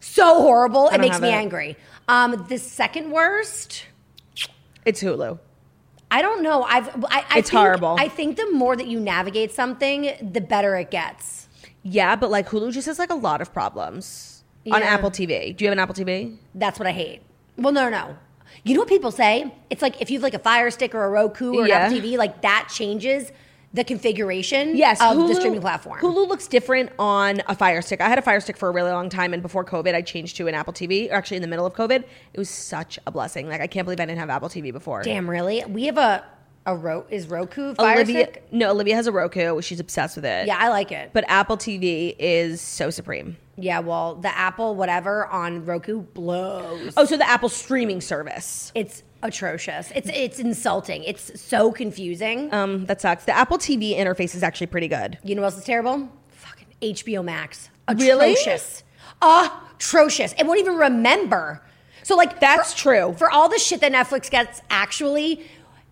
[SPEAKER 3] so horrible. It
[SPEAKER 2] don't
[SPEAKER 3] makes
[SPEAKER 2] have
[SPEAKER 3] me
[SPEAKER 2] it.
[SPEAKER 3] angry. Um, the second worst,
[SPEAKER 2] it's Hulu.
[SPEAKER 3] I don't know. I've I, I
[SPEAKER 2] It's
[SPEAKER 3] think-
[SPEAKER 2] horrible.
[SPEAKER 3] I think the more that you navigate something, the better it gets.
[SPEAKER 2] Yeah, but like Hulu just has like a lot of problems on
[SPEAKER 3] Yeah.
[SPEAKER 2] Apple TV. Do you have an Apple TV?
[SPEAKER 3] That's what I hate. Well, no, no, no. You know what people say? It's like if you have like a Fire Stick or a Roku or
[SPEAKER 2] Yeah.
[SPEAKER 3] an Apple TV, like that changes the configuration
[SPEAKER 2] yes,
[SPEAKER 3] of the
[SPEAKER 2] Hulu-
[SPEAKER 3] streaming platform.
[SPEAKER 2] Hulu looks different on a Fire Stick. I had a Fire Stick for a really long time, and before COVID, I changed to an Apple TV. Or actually, in the middle of COVID, it was such a blessing. Like I can't believe I didn't have Apple TV before.
[SPEAKER 3] Damn, really? We have a a ro- is Roku Fire
[SPEAKER 2] Olivia,
[SPEAKER 3] Stick?
[SPEAKER 2] no, Olivia has a Roku. She's obsessed with it.
[SPEAKER 3] Yeah, I like it.
[SPEAKER 2] but Apple TV is so supreme.
[SPEAKER 3] yeah, well, the Apple whatever on Roku blows.
[SPEAKER 2] Oh, so the Apple streaming service.
[SPEAKER 3] It's atrocious. It's it's insulting. It's so confusing.
[SPEAKER 2] Um, that sucks. The Apple TV interface is actually pretty good.
[SPEAKER 3] you know what else is terrible? Fucking HBO Max.
[SPEAKER 2] Really?
[SPEAKER 3] Atrocious. Atrocious. It won't even remember. So like
[SPEAKER 2] That's
[SPEAKER 3] for-
[SPEAKER 2] true.
[SPEAKER 3] For all the shit that Netflix gets actually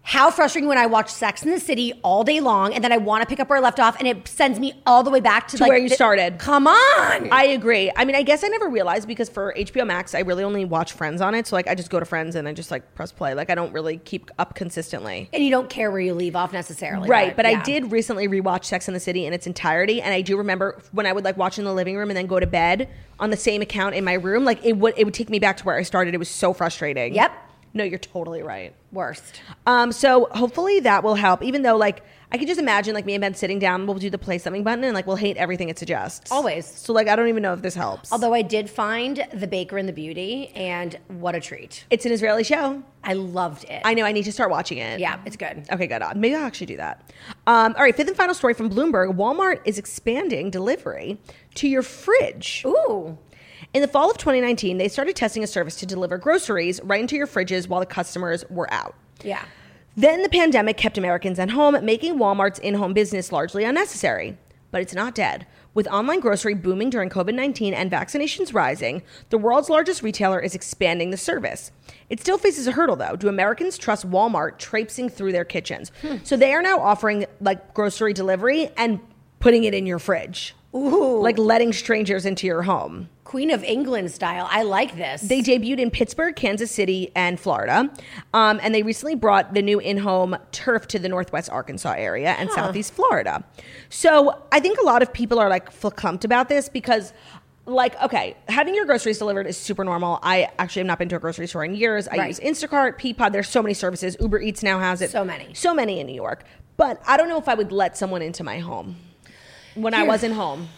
[SPEAKER 3] how frustrating when I watch Sex in the City all day long and then I want to pick up where I left off and it sends me all the way back to, like
[SPEAKER 2] where you
[SPEAKER 3] the-
[SPEAKER 2] started.
[SPEAKER 3] Come on.
[SPEAKER 2] I agree. I mean, I guess I never realized because for HBO Max, I really only watch Friends on it. So like, I just go to Friends and I just like press play. Like, I don't really keep up consistently.
[SPEAKER 3] and you don't care where you leave off necessarily.
[SPEAKER 2] Right, but I
[SPEAKER 3] yeah.
[SPEAKER 2] did recently rewatch Sex and the City in its entirety, and I do remember when I would like watch in the living room and then go to bed on the same account in my room. Like it would, it would take me back to where I started. It was so frustrating.
[SPEAKER 3] Yep.
[SPEAKER 2] No, you're totally right.
[SPEAKER 3] worst.
[SPEAKER 2] Um, so hopefully that will help. Even though, like, I could just imagine like me and Ben sitting down, we'll do the play something button, and like we'll hate everything it suggests.
[SPEAKER 3] Always.
[SPEAKER 2] So like, I don't even know if this helps.
[SPEAKER 3] Although I did find The Baker and the Beauty and what a treat.
[SPEAKER 2] it's an Israeli show.
[SPEAKER 3] I loved it.
[SPEAKER 2] I know. I need to start watching it.
[SPEAKER 3] yeah, it's good.
[SPEAKER 2] Okay, good. Uh, Maybe I'll actually do that. Um, all right, fifth and final story from Bloomberg Walmart is expanding delivery to your fridge.
[SPEAKER 3] Ooh.
[SPEAKER 2] In the fall of 2019, they started testing a service to deliver groceries right into your fridges while the customers were out.
[SPEAKER 3] Yeah.
[SPEAKER 2] Then the pandemic kept Americans at home, making Walmart's in home business largely unnecessary. But it's not dead. With online grocery booming during COVID 19 and vaccinations rising, the world's largest retailer is expanding the service. It still faces a hurdle, though. Do Americans trust Walmart traipsing through their kitchens? So they are now offering like grocery delivery and putting it in your fridge. Ooh. Like letting strangers into your home.
[SPEAKER 3] Queen of England style. I like this.
[SPEAKER 2] They debuted in Pittsburgh, Kansas City, and Florida. Um, and they recently brought the new in home turf to the Northwest Arkansas area and Southeast Florida. So I think a lot of people are like flunked about this because. Like, okay, having your groceries delivered is super normal. I actually have not been to a grocery store in years. I
[SPEAKER 3] Right.
[SPEAKER 2] use Instacart, Peapod. There's so many services. Uber Eats now has it.
[SPEAKER 3] So many.
[SPEAKER 2] So many in New York. But I don't know if I would let someone into my home when I
[SPEAKER 3] Here.
[SPEAKER 2] wasn't home.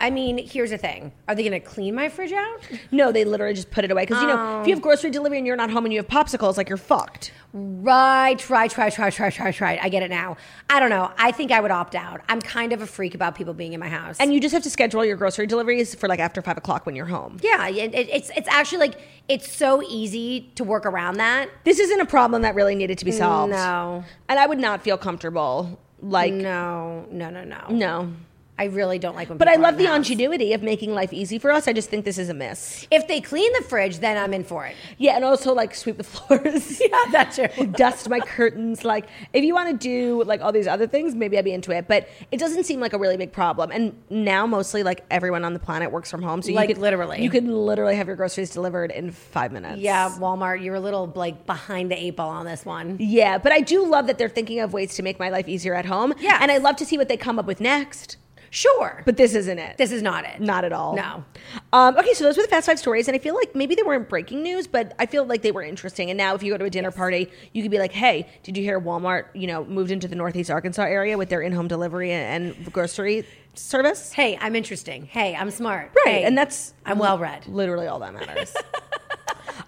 [SPEAKER 3] I mean, here's the thing. Are they going to clean my fridge out?
[SPEAKER 2] No, they literally just put it away. Because, you know, if you have grocery delivery and you're not home and you have popsicles, like you're fucked.
[SPEAKER 3] Right, try, try, try, try, try, try. I get it now. I don't know. I think I would opt out. I'm kind of a freak about people being in my house.
[SPEAKER 2] And you just have to schedule your grocery deliveries for like after five o'clock when you're home.
[SPEAKER 3] yeah, it, it- it's it's actually like it's so easy to work around that.
[SPEAKER 2] This isn't a problem that really needed to be solved.
[SPEAKER 3] No.
[SPEAKER 2] And I would not feel comfortable. Like, no.
[SPEAKER 3] No, no, no, no. I really don't like when
[SPEAKER 2] But I
[SPEAKER 3] people are
[SPEAKER 2] love
[SPEAKER 3] in
[SPEAKER 2] the
[SPEAKER 3] house.
[SPEAKER 2] ingenuity of making life easy for us. I just think this is a miss.
[SPEAKER 3] If they clean the fridge, then I'm in for it.
[SPEAKER 2] Yeah, and also like sweep the floors. yeah,
[SPEAKER 3] that's true.
[SPEAKER 2] Dust my curtains. Like, if you want to do like all these other things, maybe I'd be into it. But it doesn't seem like a really big problem. And now mostly like everyone on the planet works from home, so
[SPEAKER 3] Like,
[SPEAKER 2] you could,
[SPEAKER 3] literally.
[SPEAKER 2] you can literally have your groceries delivered in five minutes.
[SPEAKER 3] Yeah, Walmart, you're a little like behind the eight ball on this one.
[SPEAKER 2] Yeah, but I do love that they're thinking of ways to make my life easier at home.
[SPEAKER 3] Yes.
[SPEAKER 2] And I love to see what they come up with next.
[SPEAKER 3] Sure, but
[SPEAKER 2] But this isn't it.
[SPEAKER 3] this is not it.
[SPEAKER 2] not at all.
[SPEAKER 3] No.
[SPEAKER 2] Um, okay, so those were the fast five stories, and I feel like maybe they weren't breaking news, but I feel like they were interesting. And now, if you go to a dinner party, you could be like, "Hey, did you hear Walmart? You know, moved into the Northeast Arkansas area with their in-home delivery and, and grocery service."
[SPEAKER 3] Hey, I'm interesting. Hey, I'm smart.
[SPEAKER 2] Right,
[SPEAKER 3] Hey,
[SPEAKER 2] and that's
[SPEAKER 3] I'm well read.
[SPEAKER 2] literally all that matters.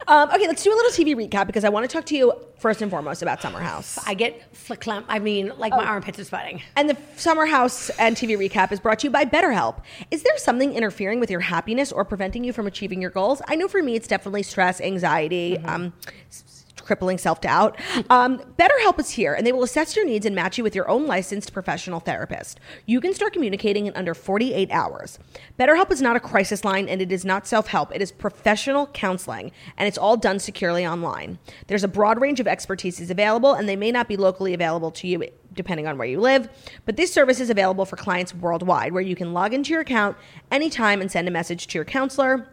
[SPEAKER 2] um, okay, let's do a little TV recap because I want to talk to you first and foremost about Summer House.
[SPEAKER 3] I get flick clamp. I mean, like
[SPEAKER 2] Oh.
[SPEAKER 3] my armpits are sweating.
[SPEAKER 2] And the Summer House and TV recap is brought to you by BetterHelp. Is there something interfering with your happiness or preventing you from achieving your goals? I know for me, it's definitely stress, anxiety, um, s- s- crippling self doubt. Um, BetterHelp is here, and they will assess your needs and match you with your own licensed professional therapist. You can start communicating in under 48 hours. BetterHelp is not a crisis line, and it is not self help. It is professional counseling, and it's all done securely online. There's a broad range of expertises available, and they may not be locally available to you depending on where you live. But this service is available for clients worldwide, where you can log into your account anytime and send a message to your counselor.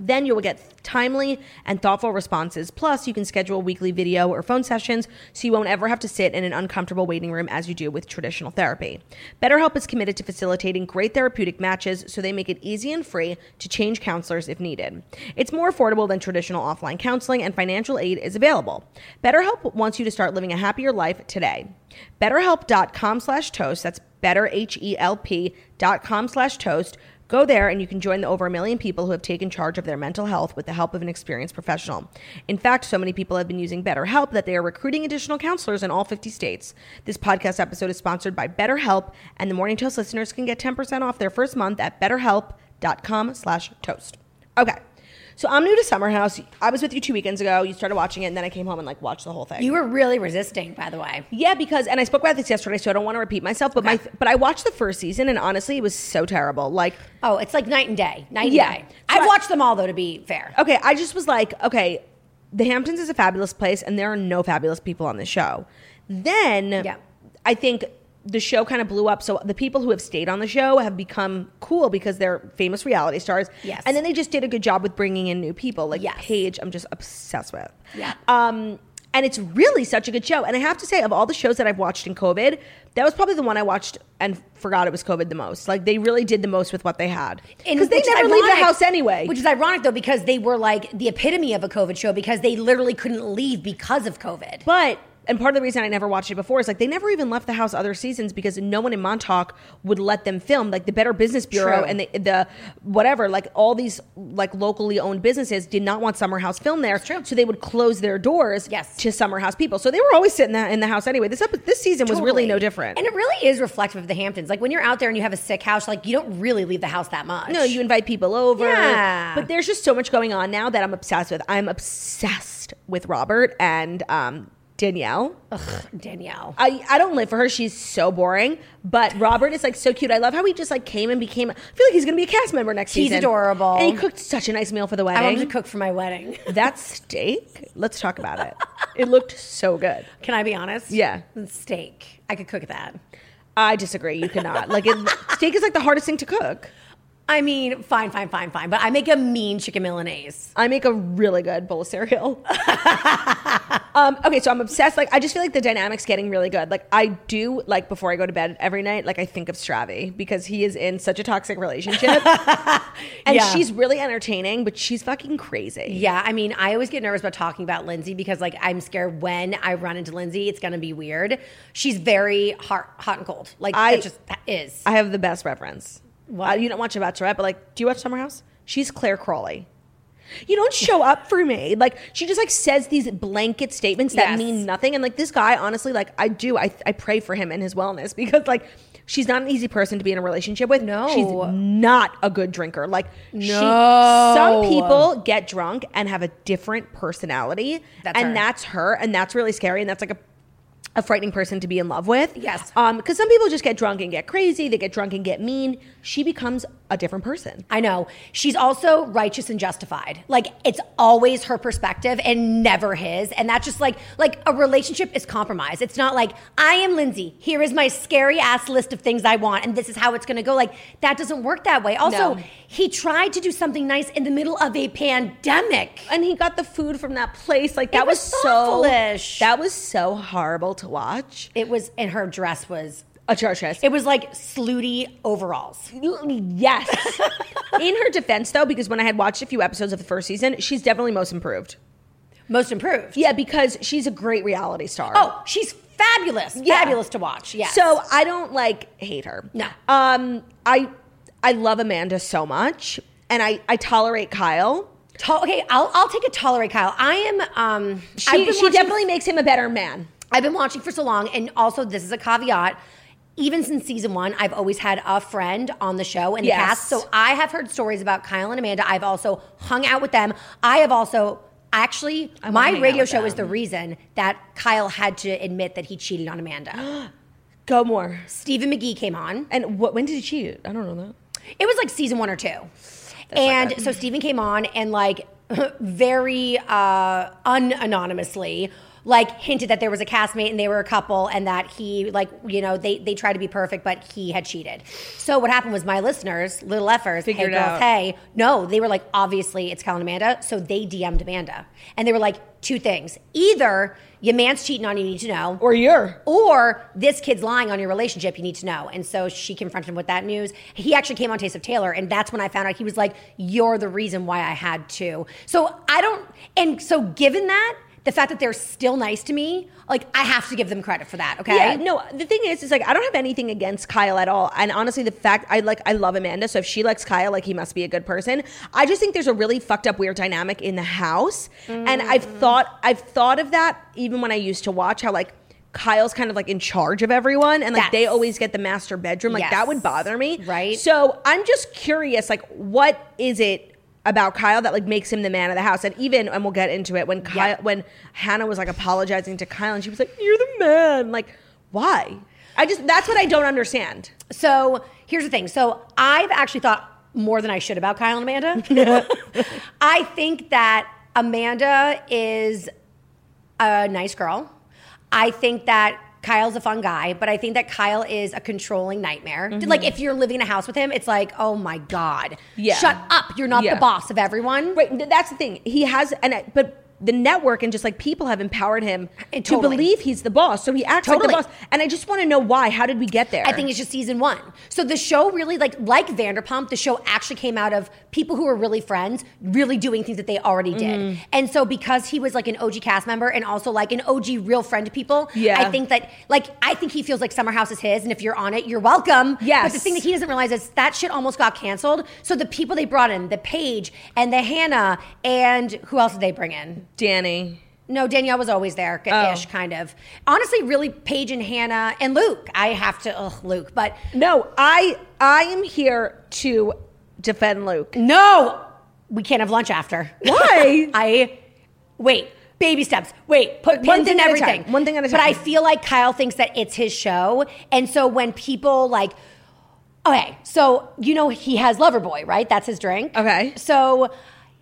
[SPEAKER 2] Then you will get timely and thoughtful responses. Plus, you can schedule weekly video or phone sessions so you won't ever have to sit in an uncomfortable waiting room as you do with traditional therapy. BetterHelp is committed to facilitating great therapeutic matches so they make it easy and free to change counselors if needed. It's more affordable than traditional offline counseling, and financial aid is available. BetterHelp wants you to start living a happier life today. BetterHelp.com slash toast, that's E betterhelp.com slash toast. Go there and you can join the over a million people who have taken charge of their mental health with the help of an experienced professional. In fact, so many people have been using BetterHelp that they are recruiting additional counselors in all 50 states. This podcast episode is sponsored by BetterHelp, and the Morning Toast listeners can get 10% off their first month at betterhelp.com slash toast. Okay. So I'm new to Summer House. I was with you two weekends ago. You started watching it, and then I came home and like watched the whole thing.
[SPEAKER 3] You were really resisting, by the way.
[SPEAKER 2] Yeah, because and I spoke about this yesterday, so I don't want to repeat myself. But my but I watched the first season, and honestly, it was so terrible. Like,
[SPEAKER 3] Oh, it's like night and day. Night and
[SPEAKER 2] Yeah. Oh,
[SPEAKER 3] day.
[SPEAKER 2] So
[SPEAKER 3] I've
[SPEAKER 2] I-
[SPEAKER 3] watched them all though, to be fair.
[SPEAKER 2] okay, I just was like, okay, the Hamptons is a fabulous place, and there are no fabulous people on the show. Then
[SPEAKER 3] Yeah.
[SPEAKER 2] I think the show kind of blew up, so the people who have stayed on the show have become cool because they're famous reality stars.
[SPEAKER 3] Yes.
[SPEAKER 2] and then they just did a good job with bringing in new people, like
[SPEAKER 3] Yes.
[SPEAKER 2] Paige. I'm just obsessed with.
[SPEAKER 3] Yeah.
[SPEAKER 2] Um, and it's really such a good show. And I have to say, of all the shows that I've watched in COVID, that was probably the one I watched and forgot it was COVID the most. Like they really did the most with what they had
[SPEAKER 3] And-
[SPEAKER 2] because they
[SPEAKER 3] which is
[SPEAKER 2] never leave the
[SPEAKER 3] ironic-
[SPEAKER 2] house anyway.
[SPEAKER 3] Which is ironic though, because they were like the epitome of a COVID show because they literally couldn't leave because of COVID.
[SPEAKER 2] But and part of the reason I never watched it before is like they never even left the house other seasons because no one in Montauk would let them film. Like the Better Business Bureau
[SPEAKER 3] True.
[SPEAKER 2] and the, the whatever, like all these like locally owned businesses did not want Summer House film there.
[SPEAKER 3] true.
[SPEAKER 2] So they would close their doors
[SPEAKER 3] Yes.
[SPEAKER 2] to Summer House people. So they were always sitting in the, in the house anyway. This up this season was really
[SPEAKER 3] Totally.
[SPEAKER 2] no different.
[SPEAKER 3] And it really is reflective of the Hamptons. Like when you're out there and you have a sick house, like you don't really leave the house that much.
[SPEAKER 2] no, you invite people over.
[SPEAKER 3] Yeah.
[SPEAKER 2] But there's just so much going on now that I'm obsessed with. I'm obsessed with Robert and um, Danielle.
[SPEAKER 3] Danielle.
[SPEAKER 2] I, I don't live for her. She's so boring. But Robert is like so cute. I love how he just like came and became. I feel like he's gonna be a cast member next
[SPEAKER 3] He's
[SPEAKER 2] season.
[SPEAKER 3] adorable.
[SPEAKER 2] And he cooked such a nice meal for the
[SPEAKER 3] I
[SPEAKER 2] wedding.
[SPEAKER 3] wanted to cook for my wedding.
[SPEAKER 2] that steak. Let's talk about it. It looked so good.
[SPEAKER 3] Can I be honest?
[SPEAKER 2] Yeah.
[SPEAKER 3] Steak. I could cook that.
[SPEAKER 2] I disagree. You cannot. Like it, steak is like the hardest thing to cook.
[SPEAKER 3] I mean, fine, fine, fine, fine. But I make a mean chicken milanese.
[SPEAKER 2] I make a really good bowl of cereal. um, okay, so I'm obsessed. Like I just feel like the dynamic's getting really good. Like I do like before I go to bed every night. Like I think of Stravi because he is in such a toxic relationship, and
[SPEAKER 3] Yeah.
[SPEAKER 2] she's really entertaining, but she's fucking crazy.
[SPEAKER 3] Yeah, I mean, I always get nervous about talking about Lindsay because, like, I'm scared when I run into Lindsay, it's gonna be weird. She's very hot, hot and cold. Like,
[SPEAKER 2] I-
[SPEAKER 3] it just is.
[SPEAKER 2] I have the best reference. Uh, you don't watch a Bachelorette, but like, do you watch Summer House? She's Claire Crawley. You don't show up for me. Like she just like says these blanket statements that
[SPEAKER 3] Yes.
[SPEAKER 2] mean nothing. And like this guy, honestly, like I do, I I pray for him and his wellness because like she's not an easy person to be in a relationship with.
[SPEAKER 3] No.
[SPEAKER 2] she's not a good drinker. Like she,
[SPEAKER 3] No.
[SPEAKER 2] some people get drunk and have a different personality,
[SPEAKER 3] That's
[SPEAKER 2] and
[SPEAKER 3] her.
[SPEAKER 2] that's her, and that's really scary, and that's like a a frightening person to be in love with.
[SPEAKER 3] Yes.
[SPEAKER 2] Um, because some people just get drunk and get crazy, they get drunk and get mean. She becomes a different person.
[SPEAKER 3] I know. She's also righteous and justified. Like it's always her perspective and never his. And that's just like like a relationship is compromise. It's not like I am Lindsay. Here is my scary ass list of things I want and this is how it's going to go. Like that doesn't work that way. Also,
[SPEAKER 2] No.
[SPEAKER 3] he tried to do something nice in the middle of a pandemic.
[SPEAKER 2] And he got the food from that place. Like that
[SPEAKER 3] was
[SPEAKER 2] so
[SPEAKER 3] thoughtful-ish.
[SPEAKER 2] that was so horrible to watch.
[SPEAKER 3] It was and her dress was
[SPEAKER 2] Atrocious.
[SPEAKER 3] it was like slooty overalls.
[SPEAKER 2] yes. in her defense, though, because when I had watched a few episodes of the first season, she's definitely most improved.
[SPEAKER 3] Most improved.
[SPEAKER 2] Yeah, because she's a great reality star.
[SPEAKER 3] Oh, she's fabulous.
[SPEAKER 2] Yeah.
[SPEAKER 3] Fabulous to watch. Yeah.
[SPEAKER 2] So I don't like hate her.
[SPEAKER 3] No.
[SPEAKER 2] Um, I I love Amanda so much, and I I tolerate Kyle.
[SPEAKER 3] To- okay, I'll, I'll take a tolerate Kyle. I am. Um, I've
[SPEAKER 2] She, she
[SPEAKER 3] been watching-
[SPEAKER 2] definitely makes him a better man.
[SPEAKER 3] I've been watching for so long, and also this is a caveat. Even since season one, I've always had a friend on the show and the
[SPEAKER 2] Yes.
[SPEAKER 3] cast. So I have heard stories about Kyle and Amanda. I've also hung out with them. I have also actually my
[SPEAKER 2] hang out
[SPEAKER 3] radio
[SPEAKER 2] with
[SPEAKER 3] show is the
[SPEAKER 2] them.
[SPEAKER 3] reason that Kyle had to admit that he cheated on Amanda.
[SPEAKER 2] Go more.
[SPEAKER 3] Stephen McGee came on.
[SPEAKER 2] And what? When did he cheat? I don't know that.
[SPEAKER 3] It was like season one or two. and so Steven came on and like very uh unanonymously like hinted that there was a castmate and they were a couple and that he like you know they they tried to be perfect but he had cheated. So what happened was my listeners, little effers,
[SPEAKER 2] Figured
[SPEAKER 3] hey girls,
[SPEAKER 2] out.
[SPEAKER 3] hey, no, they were like obviously it's Cal and Amanda, so they DM'd Amanda and they were like two things: either your man's cheating on you, you need to know,
[SPEAKER 2] Or you're.
[SPEAKER 3] or this kid's lying on your relationship you need to know and so she confronted him with that news he actually came on taste of taylor and that's when i found out he was like you're the reason why i had to so i don't and so given that the fact that they're still nice to me like i have to give them credit for that okay
[SPEAKER 2] Yeah, no, the thing is, is like I don't have anything against Kyle at all. And honestly, the fact I like I love Amanda, so if she likes Kyle, like he must be a good person. I just think there's a really fucked up weird dynamic in the house. And I've thought I've thought of that even when I used to watch how like Kyle's kind of like in charge of everyone and like they
[SPEAKER 3] That's-
[SPEAKER 2] always get the master bedroom. Like
[SPEAKER 3] Yes.
[SPEAKER 2] that would bother me.
[SPEAKER 3] Right.
[SPEAKER 2] So I'm just curious, like, what is it about Kyle that like makes him the man of the house? And even and we'll get into it when Kyle
[SPEAKER 3] Yeah.
[SPEAKER 2] when Hannah was like apologizing to Kyle and she was like, You're the man. Like, why? I just that's what I don't understand.
[SPEAKER 3] So here's the thing. So I've actually thought more than I should about Kyle and Amanda. I think that Amanda is a nice girl. I think that Kyle's a fun guy, but I think that Kyle is a controlling nightmare. Like if you're living in a house with him, it's like, oh my god,
[SPEAKER 2] Mm-hmm. Yeah.
[SPEAKER 3] shut up! You're not
[SPEAKER 2] Yeah.
[SPEAKER 3] the boss of everyone.
[SPEAKER 2] Right. th- That's the thing. He has and I- but the network and just like people have empowered him
[SPEAKER 3] And
[SPEAKER 2] to
[SPEAKER 3] Eh, totally.
[SPEAKER 2] believe he's the boss. So he acts
[SPEAKER 3] Totally.
[SPEAKER 2] like the boss. And I just want to know why. How did we get there?
[SPEAKER 3] I think it's just season one. So the show really like like Vanderpump, the show actually came out of people who were really friends, really doing things that they already did.
[SPEAKER 2] Mm-hmm.
[SPEAKER 3] And so because he was like an OG cast member and also like an OG real friend to people,
[SPEAKER 2] Yeah.
[SPEAKER 3] I think that like I think he feels like Summer House is his, and if you're on it, you're welcome.
[SPEAKER 2] Yes.
[SPEAKER 3] But the thing that he doesn't realize is that shit almost got canceled. So the people they brought in, the Paige and the Hannah, and who else did they bring in?
[SPEAKER 2] Danny.
[SPEAKER 3] No, Danielle was always
[SPEAKER 2] Oh.
[SPEAKER 3] there, ish, kind of. Honestly, really, Paige and Hannah and Luke. I have to, ugh, Luke. But
[SPEAKER 2] No, I I am here to defend Luke.
[SPEAKER 3] no, we can't have lunch after.
[SPEAKER 2] Why?
[SPEAKER 3] I wait. Baby steps. Wait, put pins
[SPEAKER 2] One thing
[SPEAKER 3] in
[SPEAKER 2] at a
[SPEAKER 3] everything.
[SPEAKER 2] time. One thing at a
[SPEAKER 3] But I
[SPEAKER 2] time.
[SPEAKER 3] feel like Kyle thinks that it's his show, and so when people like, okay, so you know he has Loverboy, right? That's his drink.
[SPEAKER 2] Okay.
[SPEAKER 3] So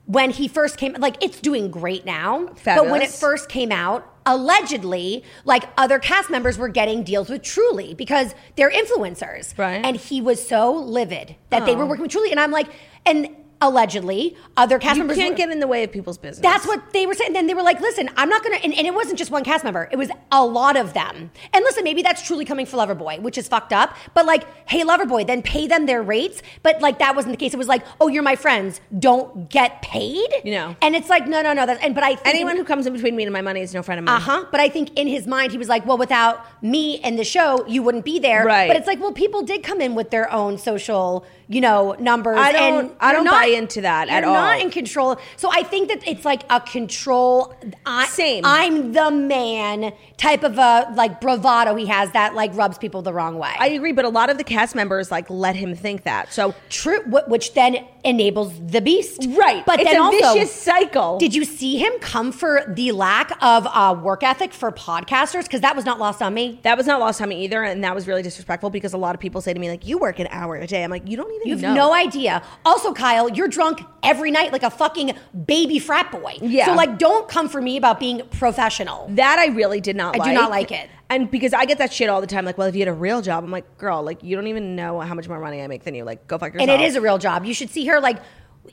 [SPEAKER 3] when he first came, like it's doing great now. But when
[SPEAKER 2] Fabulous.
[SPEAKER 3] it first first came out, allegedly, like other cast members were getting deals with Truly because they're influencers.
[SPEAKER 2] Right. Oh.
[SPEAKER 3] And he was so livid that they were working with Truly. And I'm like, and allegedly, other cast
[SPEAKER 2] You
[SPEAKER 3] members
[SPEAKER 2] can't
[SPEAKER 3] were-
[SPEAKER 2] get in the way of people's business.
[SPEAKER 3] that's what they were saying. Then they were like, listen, I'm not going to. And, and it wasn't just one cast member, it was a lot of them. And listen, maybe that's truly coming for Loverboy, which is fucked up. But like, hey, Loverboy, then pay them their rates. But like, that wasn't the case. It was like, oh, you're my friends. Don't get paid.
[SPEAKER 2] You know.
[SPEAKER 3] And it's like, no, no, no. That's, and But I think.
[SPEAKER 2] anyone who comes in between me and my money is no friend of mine.
[SPEAKER 3] Uh huh. But I think in his mind, he was like, well, without me and the show, you wouldn't be there.
[SPEAKER 2] Right.
[SPEAKER 3] But it's like, well, people did come in with their own social, you know, numbers.
[SPEAKER 2] I don't-
[SPEAKER 3] and
[SPEAKER 2] I
[SPEAKER 3] you're
[SPEAKER 2] don't
[SPEAKER 3] not-
[SPEAKER 2] buy into that at
[SPEAKER 3] You're not
[SPEAKER 2] all.
[SPEAKER 3] in control. So I think that it's like a control. I,
[SPEAKER 2] Same.
[SPEAKER 3] I'm the man type of a like bravado he has that like rubs people the wrong way.
[SPEAKER 2] I agree, but a lot of the cast members like let him think that. So
[SPEAKER 3] True, wh- which then enables the beast,
[SPEAKER 2] Right.
[SPEAKER 3] But
[SPEAKER 2] It's
[SPEAKER 3] then
[SPEAKER 2] a
[SPEAKER 3] also,
[SPEAKER 2] vicious cycle.
[SPEAKER 3] Did you see him come for the lack of uh, work ethic for podcasters? Because that was not lost on me.
[SPEAKER 2] that was not lost on me either, and that was really disrespectful because a lot of people say to me like, "You work an hour a day." I'm like, "You don't even
[SPEAKER 3] You have
[SPEAKER 2] know."
[SPEAKER 3] no. idea. Also, Kyle, you're drunk every night like a fucking baby frat boy.
[SPEAKER 2] Yeah.
[SPEAKER 3] So like, don't come for me about being professional.
[SPEAKER 2] that I really did not.
[SPEAKER 3] I
[SPEAKER 2] like.
[SPEAKER 3] do not like it.
[SPEAKER 2] and because I get that shit all the time. Like, well, if you had a real job, I'm like, girl, like you don't even know how much more money I make than you. Like, go fuck yourself.
[SPEAKER 3] And it is a real job. You should see her like.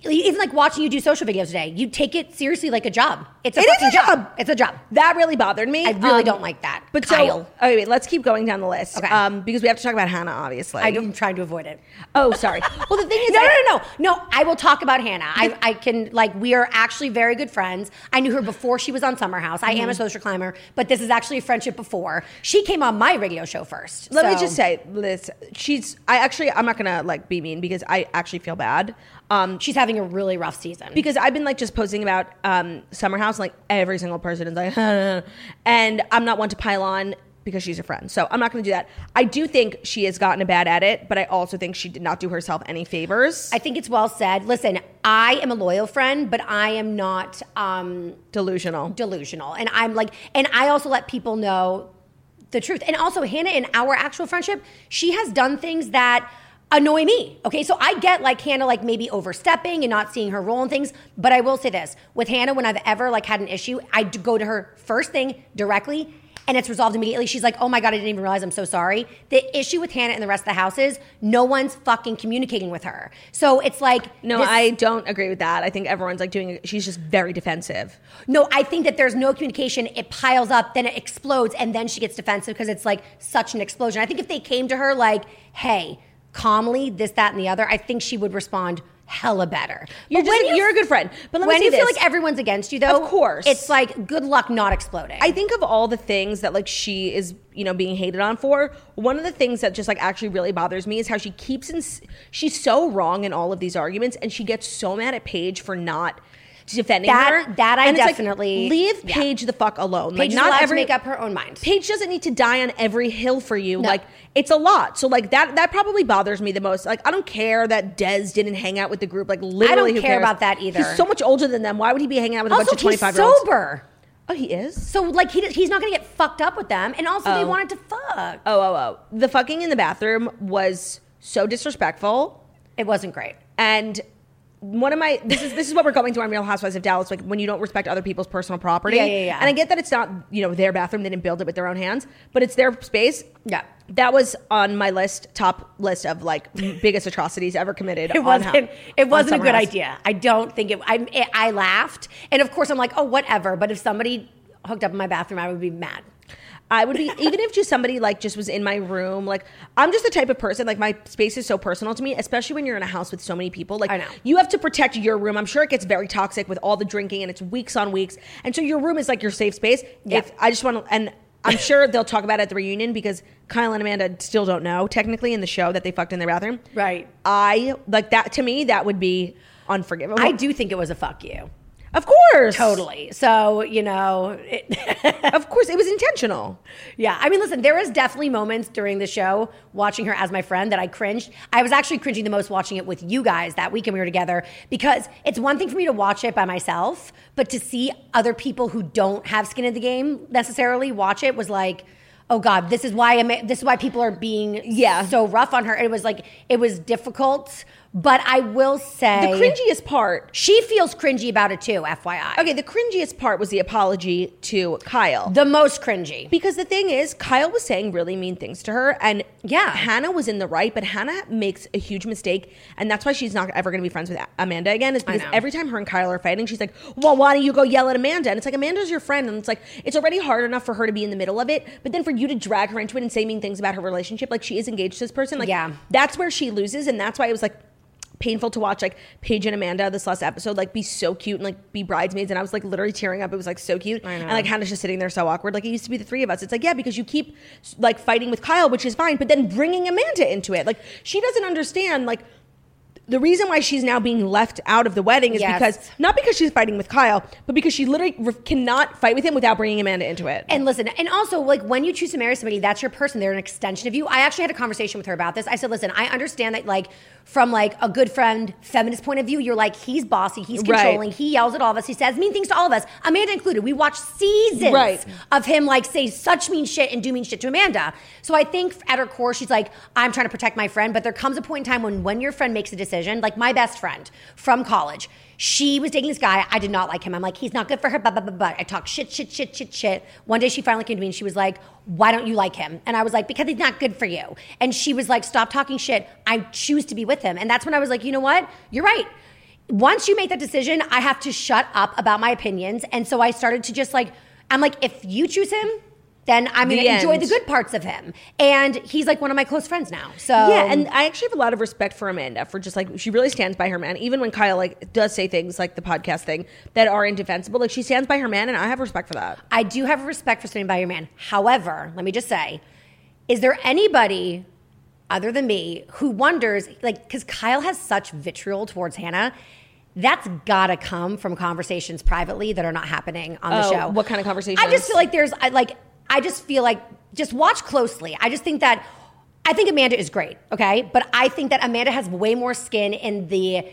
[SPEAKER 3] Even like watching you do social videos today, you take it seriously like a job. It's a
[SPEAKER 2] It is
[SPEAKER 3] fucking
[SPEAKER 2] a
[SPEAKER 3] job.
[SPEAKER 2] job.
[SPEAKER 3] It's a job.
[SPEAKER 2] that really bothered me.
[SPEAKER 3] I really
[SPEAKER 2] Um,
[SPEAKER 3] don't like that.
[SPEAKER 2] But
[SPEAKER 3] Kyle,
[SPEAKER 2] so, okay, wait, let's keep going down the list,
[SPEAKER 3] Okay.
[SPEAKER 2] um, because we have to talk about Hannah, obviously.
[SPEAKER 3] I do- I'm trying to avoid it.
[SPEAKER 2] Oh, sorry. well, the thing is,
[SPEAKER 3] no,
[SPEAKER 2] like-
[SPEAKER 3] no, no, no, no. I will talk about Hannah. I, I can like we are actually very good friends. I knew her before she was on Summer House. I
[SPEAKER 2] Mm-hmm.
[SPEAKER 3] am a social climber, but this is actually a friendship before she came on my radio show first.
[SPEAKER 2] Let me
[SPEAKER 3] so-
[SPEAKER 2] just say, Liz, she's. I actually, I'm not gonna like be mean because I actually feel bad. Um,
[SPEAKER 3] she's having a really rough season.
[SPEAKER 2] because I've been like just posting about um Summer House, and, like every single person is like, and I'm not one to pile on because she's a friend, so I'm not gonna do that. I do think she has gotten a bad at it, but I also think she did not do herself any favors.
[SPEAKER 3] I think it's well said. Listen, I am a loyal friend, but I am not um,
[SPEAKER 2] Delusional.
[SPEAKER 3] delusional. And I'm like, and I also let people know the truth. And also, Hannah, in our actual friendship, she has done things that annoy me. Okay, so I get like Hannah like maybe overstepping and not seeing her role in things, but I will say this with Hannah, when I've ever like had an issue, I d- go to her first thing directly. And it's resolved immediately. She's like, oh my God, I didn't even realize I'm so sorry. The issue with Hannah and the rest of the house is no one's fucking communicating with her. So it's like,
[SPEAKER 2] No,
[SPEAKER 3] this-
[SPEAKER 2] I don't agree with that. I think everyone's like doing. She's just very defensive.
[SPEAKER 3] No, I think that there's no communication. It piles up, then it explodes, and then she gets defensive because it's like such an explosion. I think if they came to her like, hey, calmly, this, that, and the other, I think she would respond hella better.
[SPEAKER 2] You're just- you're a good friend. But let me
[SPEAKER 3] when
[SPEAKER 2] say
[SPEAKER 3] you feel
[SPEAKER 2] this.
[SPEAKER 3] like everyone's against you, though,
[SPEAKER 2] Of course.
[SPEAKER 3] it's like good luck not exploding.
[SPEAKER 2] I think of all the things that like she is, you know, being hated on for, one of the things that just like actually really bothers me is how she keeps in she's so wrong in all of these arguments and she gets so mad at Paige for not defending
[SPEAKER 3] That-
[SPEAKER 2] her.
[SPEAKER 3] that I
[SPEAKER 2] And it's like,
[SPEAKER 3] definitely-
[SPEAKER 2] leave
[SPEAKER 3] yeah.
[SPEAKER 2] Paige the fuck alone.
[SPEAKER 3] Paige
[SPEAKER 2] like
[SPEAKER 3] is
[SPEAKER 2] not
[SPEAKER 3] allowed
[SPEAKER 2] every
[SPEAKER 3] to make up her own mind.
[SPEAKER 2] Paige doesn't need to die on every hill for you.
[SPEAKER 3] No.
[SPEAKER 2] Like it's a lot. So like that that probably bothers me the most. Like I don't care that Dez didn't hang out with the group. Like literally, who
[SPEAKER 3] care
[SPEAKER 2] cares?
[SPEAKER 3] about that either.
[SPEAKER 2] He's so much older than them. Why would he be hanging out with a
[SPEAKER 3] also,
[SPEAKER 2] bunch of twenty
[SPEAKER 3] he's
[SPEAKER 2] five year olds?
[SPEAKER 3] sober.
[SPEAKER 2] Oh, he is.
[SPEAKER 3] So, like, he, he's not going to get fucked up with them. And also, they
[SPEAKER 2] Oh.
[SPEAKER 3] wanted to fuck.
[SPEAKER 2] Oh, oh, oh. The fucking in the bathroom was so disrespectful.
[SPEAKER 3] It wasn't great.
[SPEAKER 2] And one of my this is this is what we're going through on Real Housewives of Dallas, like when you don't respect other people's personal property.
[SPEAKER 3] Yeah, yeah, yeah.
[SPEAKER 2] And I get that it's not, you know, their bathroom, they didn't build it with their own hands, but it's their space.
[SPEAKER 3] Yeah.
[SPEAKER 2] That was on my list, top list of like biggest atrocities ever committed.
[SPEAKER 3] It
[SPEAKER 2] on
[SPEAKER 3] wasn't.
[SPEAKER 2] hou-
[SPEAKER 3] It
[SPEAKER 2] on
[SPEAKER 3] wasn't a
[SPEAKER 2] Summer
[SPEAKER 3] good
[SPEAKER 2] House.
[SPEAKER 3] idea. I don't think it. I it, I laughed, and of course I'm like, oh whatever. But if somebody hooked up in my bathroom, I would be mad.
[SPEAKER 2] I would be even if just somebody like just was in my room. Like I'm just the type of person like my space is so personal to me, especially when you're in a house with so many people. Like
[SPEAKER 3] I know.
[SPEAKER 2] you have to protect your room. I'm sure it gets very toxic with all the drinking and it's weeks on weeks. And so your room is like your safe space.
[SPEAKER 3] Yeah.
[SPEAKER 2] If I just want to and I'm sure they'll talk about it at the reunion because Kyle and Amanda still don't know technically in the show that they fucked in their bathroom.
[SPEAKER 3] Right.
[SPEAKER 2] I like that to me that would be unforgivable.
[SPEAKER 3] I do think it was a fuck you.
[SPEAKER 2] Of course.
[SPEAKER 3] Totally. So you know, it,
[SPEAKER 2] Of course it was intentional.
[SPEAKER 3] yeah. I mean, listen, there was definitely moments during the show watching her as my friend that I cringed. I was actually cringing the most watching it with you guys that weekend we were together because it's one thing for me to watch it by myself, but to see other people who don't have skin in the game necessarily watch it was like. oh god this is why I'm, this is why people are being
[SPEAKER 2] Yeah.
[SPEAKER 3] so rough on her it was like it was difficult but i will
[SPEAKER 2] The
[SPEAKER 3] say
[SPEAKER 2] cringiest part
[SPEAKER 3] she feels cringy about it too fyi
[SPEAKER 2] Okay, the cringiest part was the apology to Kyle.
[SPEAKER 3] the most cringy
[SPEAKER 2] because the thing is, Kyle was saying really mean things to her, and
[SPEAKER 3] Yeah.
[SPEAKER 2] Hannah was in the right, but Hannah makes a huge mistake, and that's why she's not ever going to be friends with A- Amanda again. Is because
[SPEAKER 3] know.
[SPEAKER 2] every time her and Kyle are fighting, she's like, "Well, why don't you go yell at Amanda?" And it's like Amanda's your friend, and it's like it's already hard enough for her to be in the middle of it, but then for you to drag her into it and say mean things about her relationship, like she is engaged to this person, like
[SPEAKER 3] Yeah.
[SPEAKER 2] that's where she loses, and that's why it was like painful to watch like Paige and Amanda this last episode like be so cute and like be bridesmaids and I was like literally tearing up it was like so cute and like Hannah's just sitting there so awkward like it used to be the three of us it's like yeah because you keep like fighting with Kyle which is fine but then bringing Amanda into it like she doesn't understand like the reason why she's now being left out of the wedding is
[SPEAKER 3] Yes.
[SPEAKER 2] because not because she's fighting with Kyle but because she literally re- cannot fight with him without bringing Amanda into it
[SPEAKER 3] and listen, and also like when you choose to marry somebody, that's your person. They're an extension of you. I actually had a conversation with her about this. I said, listen, I understand that like from like a good friend feminist point of view, you're like he's bossy, he's
[SPEAKER 2] Right.
[SPEAKER 3] controlling, he yells at all of us, he says mean things to all of us, Amanda included. We watched seasons
[SPEAKER 2] Right.
[SPEAKER 3] of him like say such mean shit and do mean shit to Amanda. So I think at her core, she's like, I'm trying to protect my friend, but there comes a point in time when when your friend makes a decision, like my best friend from college, she was dating this guy. I did not like him. I'm like, he's not good for her. But but but but I talked shit shit shit shit shit. One day she finally came to me and she was like, Why don't you like him? And I was like, Because he's not good for you. And she was like, Stop talking shit. I choose to be with him. And that's when I was like, You know what? You're right once you make that decision, I have to shut up about my opinions. And so I started to just like, I'm like, if you choose him, then I'm
[SPEAKER 2] The
[SPEAKER 3] going to enjoy
[SPEAKER 2] end.
[SPEAKER 3] the good parts of him. And he's like one of my close friends now. So
[SPEAKER 2] Yeah, and I actually have a lot of respect for Amanda for just like she really stands by her man, even when Kyle like does say things like the podcast thing that are indefensible. Like she stands by her man, and I have respect for that.
[SPEAKER 3] I do have respect for standing by your man. However, let me just say, is there anybody other than me who wonders, like, because Kyle has such vitriol towards Hannah? That's gotta come from conversations privately that are not happening on the
[SPEAKER 2] Oh,
[SPEAKER 3] show.
[SPEAKER 2] what kind of conversations?
[SPEAKER 3] I just feel like there's, I, like, I just feel like just watch closely. I just think that I think Amanda is great, okay? But I think that Amanda has way more skin in the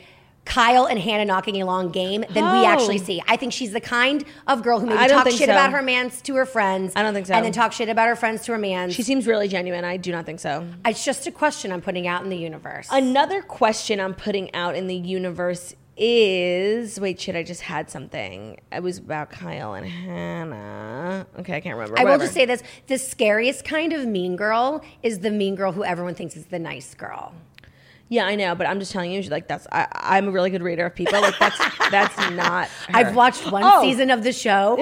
[SPEAKER 3] Kyle and Hannah knocking a long game than we
[SPEAKER 2] Oh.
[SPEAKER 3] actually see. I think she's the kind of girl who
[SPEAKER 2] I
[SPEAKER 3] maybe
[SPEAKER 2] don't
[SPEAKER 3] talks
[SPEAKER 2] think
[SPEAKER 3] shit
[SPEAKER 2] so.
[SPEAKER 3] about her man's to her friends.
[SPEAKER 2] I don't think so.
[SPEAKER 3] And then talk shit about her friends to her man's.
[SPEAKER 2] She seems really genuine. I do not think so.
[SPEAKER 3] it's just a question I'm putting out in the universe.
[SPEAKER 2] Another question I'm putting out in the universe is wait, shit, I just had something. It was about Kyle and Hannah. Okay, I can't remember.
[SPEAKER 3] I will
[SPEAKER 2] Whatever.
[SPEAKER 3] just say this: the scariest kind of mean girl is the mean girl who everyone thinks is the nice girl.
[SPEAKER 2] Yeah, I know, but I'm just telling you, like that's I, I'm a really good reader of people. Like that's that's not. her.
[SPEAKER 3] I've watched one
[SPEAKER 2] Oh.
[SPEAKER 3] season of the show.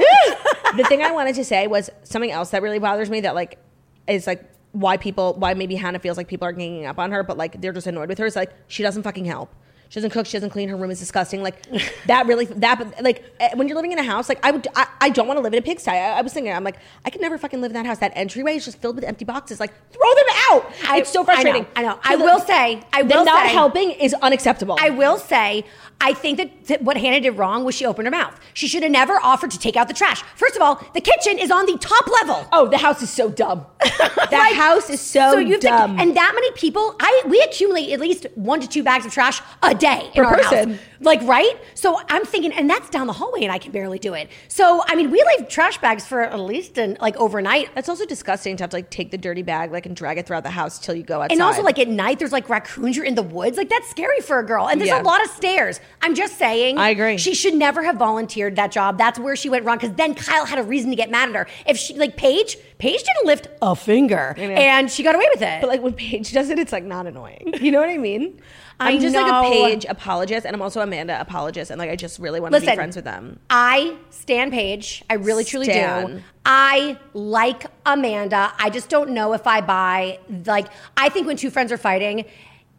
[SPEAKER 2] the thing I wanted to say was something else that really bothers me that like is like why people why maybe Hannah feels like people are ganging up on her, but like they're just annoyed with her. It's like she doesn't fucking help. She doesn't cook. She doesn't clean. Her room is disgusting. Like that really that like eh, when you're living in a house, like I would I, I don't want to live in a pigsty. I, I was thinking I'm like I could never fucking live in that house. That entryway is just filled with empty boxes. Like throw them out.
[SPEAKER 3] I-
[SPEAKER 2] it's so frustrating.
[SPEAKER 3] I know. I, know.
[SPEAKER 2] So
[SPEAKER 3] I
[SPEAKER 2] the-
[SPEAKER 3] will say. I
[SPEAKER 2] the
[SPEAKER 3] will
[SPEAKER 2] not
[SPEAKER 3] say,
[SPEAKER 2] helping is unacceptable.
[SPEAKER 3] I will say, I think that, that what Hannah did wrong was she opened her mouth. She should have never offered to take out the trash. First of all, the kitchen is on the top level.
[SPEAKER 2] oh, the house is so dumb. that
[SPEAKER 3] Like,
[SPEAKER 2] house is so,
[SPEAKER 3] you have to-
[SPEAKER 2] Oh, dumb.
[SPEAKER 3] and that many people, I we accumulate at least one to two bags of trash a day
[SPEAKER 2] Per
[SPEAKER 3] in our
[SPEAKER 2] person.
[SPEAKER 3] house. Like, right? So I'm thinking, and that's down the hallway, and I can barely do it. So I mean, we leave trash bags for at least an, like overnight.
[SPEAKER 2] That's also disgusting to have to like take the dirty bag like and drag it throughout the house till you go outside.
[SPEAKER 3] And also, like at night, there's like raccoons. You're in the woods. Like that's scary for a girl. And there's
[SPEAKER 2] Yeah.
[SPEAKER 3] a lot of stairs. I'm just saying.
[SPEAKER 2] I agree.
[SPEAKER 3] She should never have volunteered that job. That's where she went wrong. Because then Kyle had a reason to get mad at her. If she like Paige, Paige didn't lift a finger, and she got away with it.
[SPEAKER 2] but like when Paige does it, it's like not annoying. You know what I mean?
[SPEAKER 3] I
[SPEAKER 2] I'm just like
[SPEAKER 3] know.
[SPEAKER 2] a Paige apologist, and I'm also Amanda apologist, and like I just really want to be friends with them.
[SPEAKER 3] I stan Paige. I really truly do.
[SPEAKER 2] Stan.
[SPEAKER 3] I like Amanda. I just don't know if I buy like I think when two friends are fighting,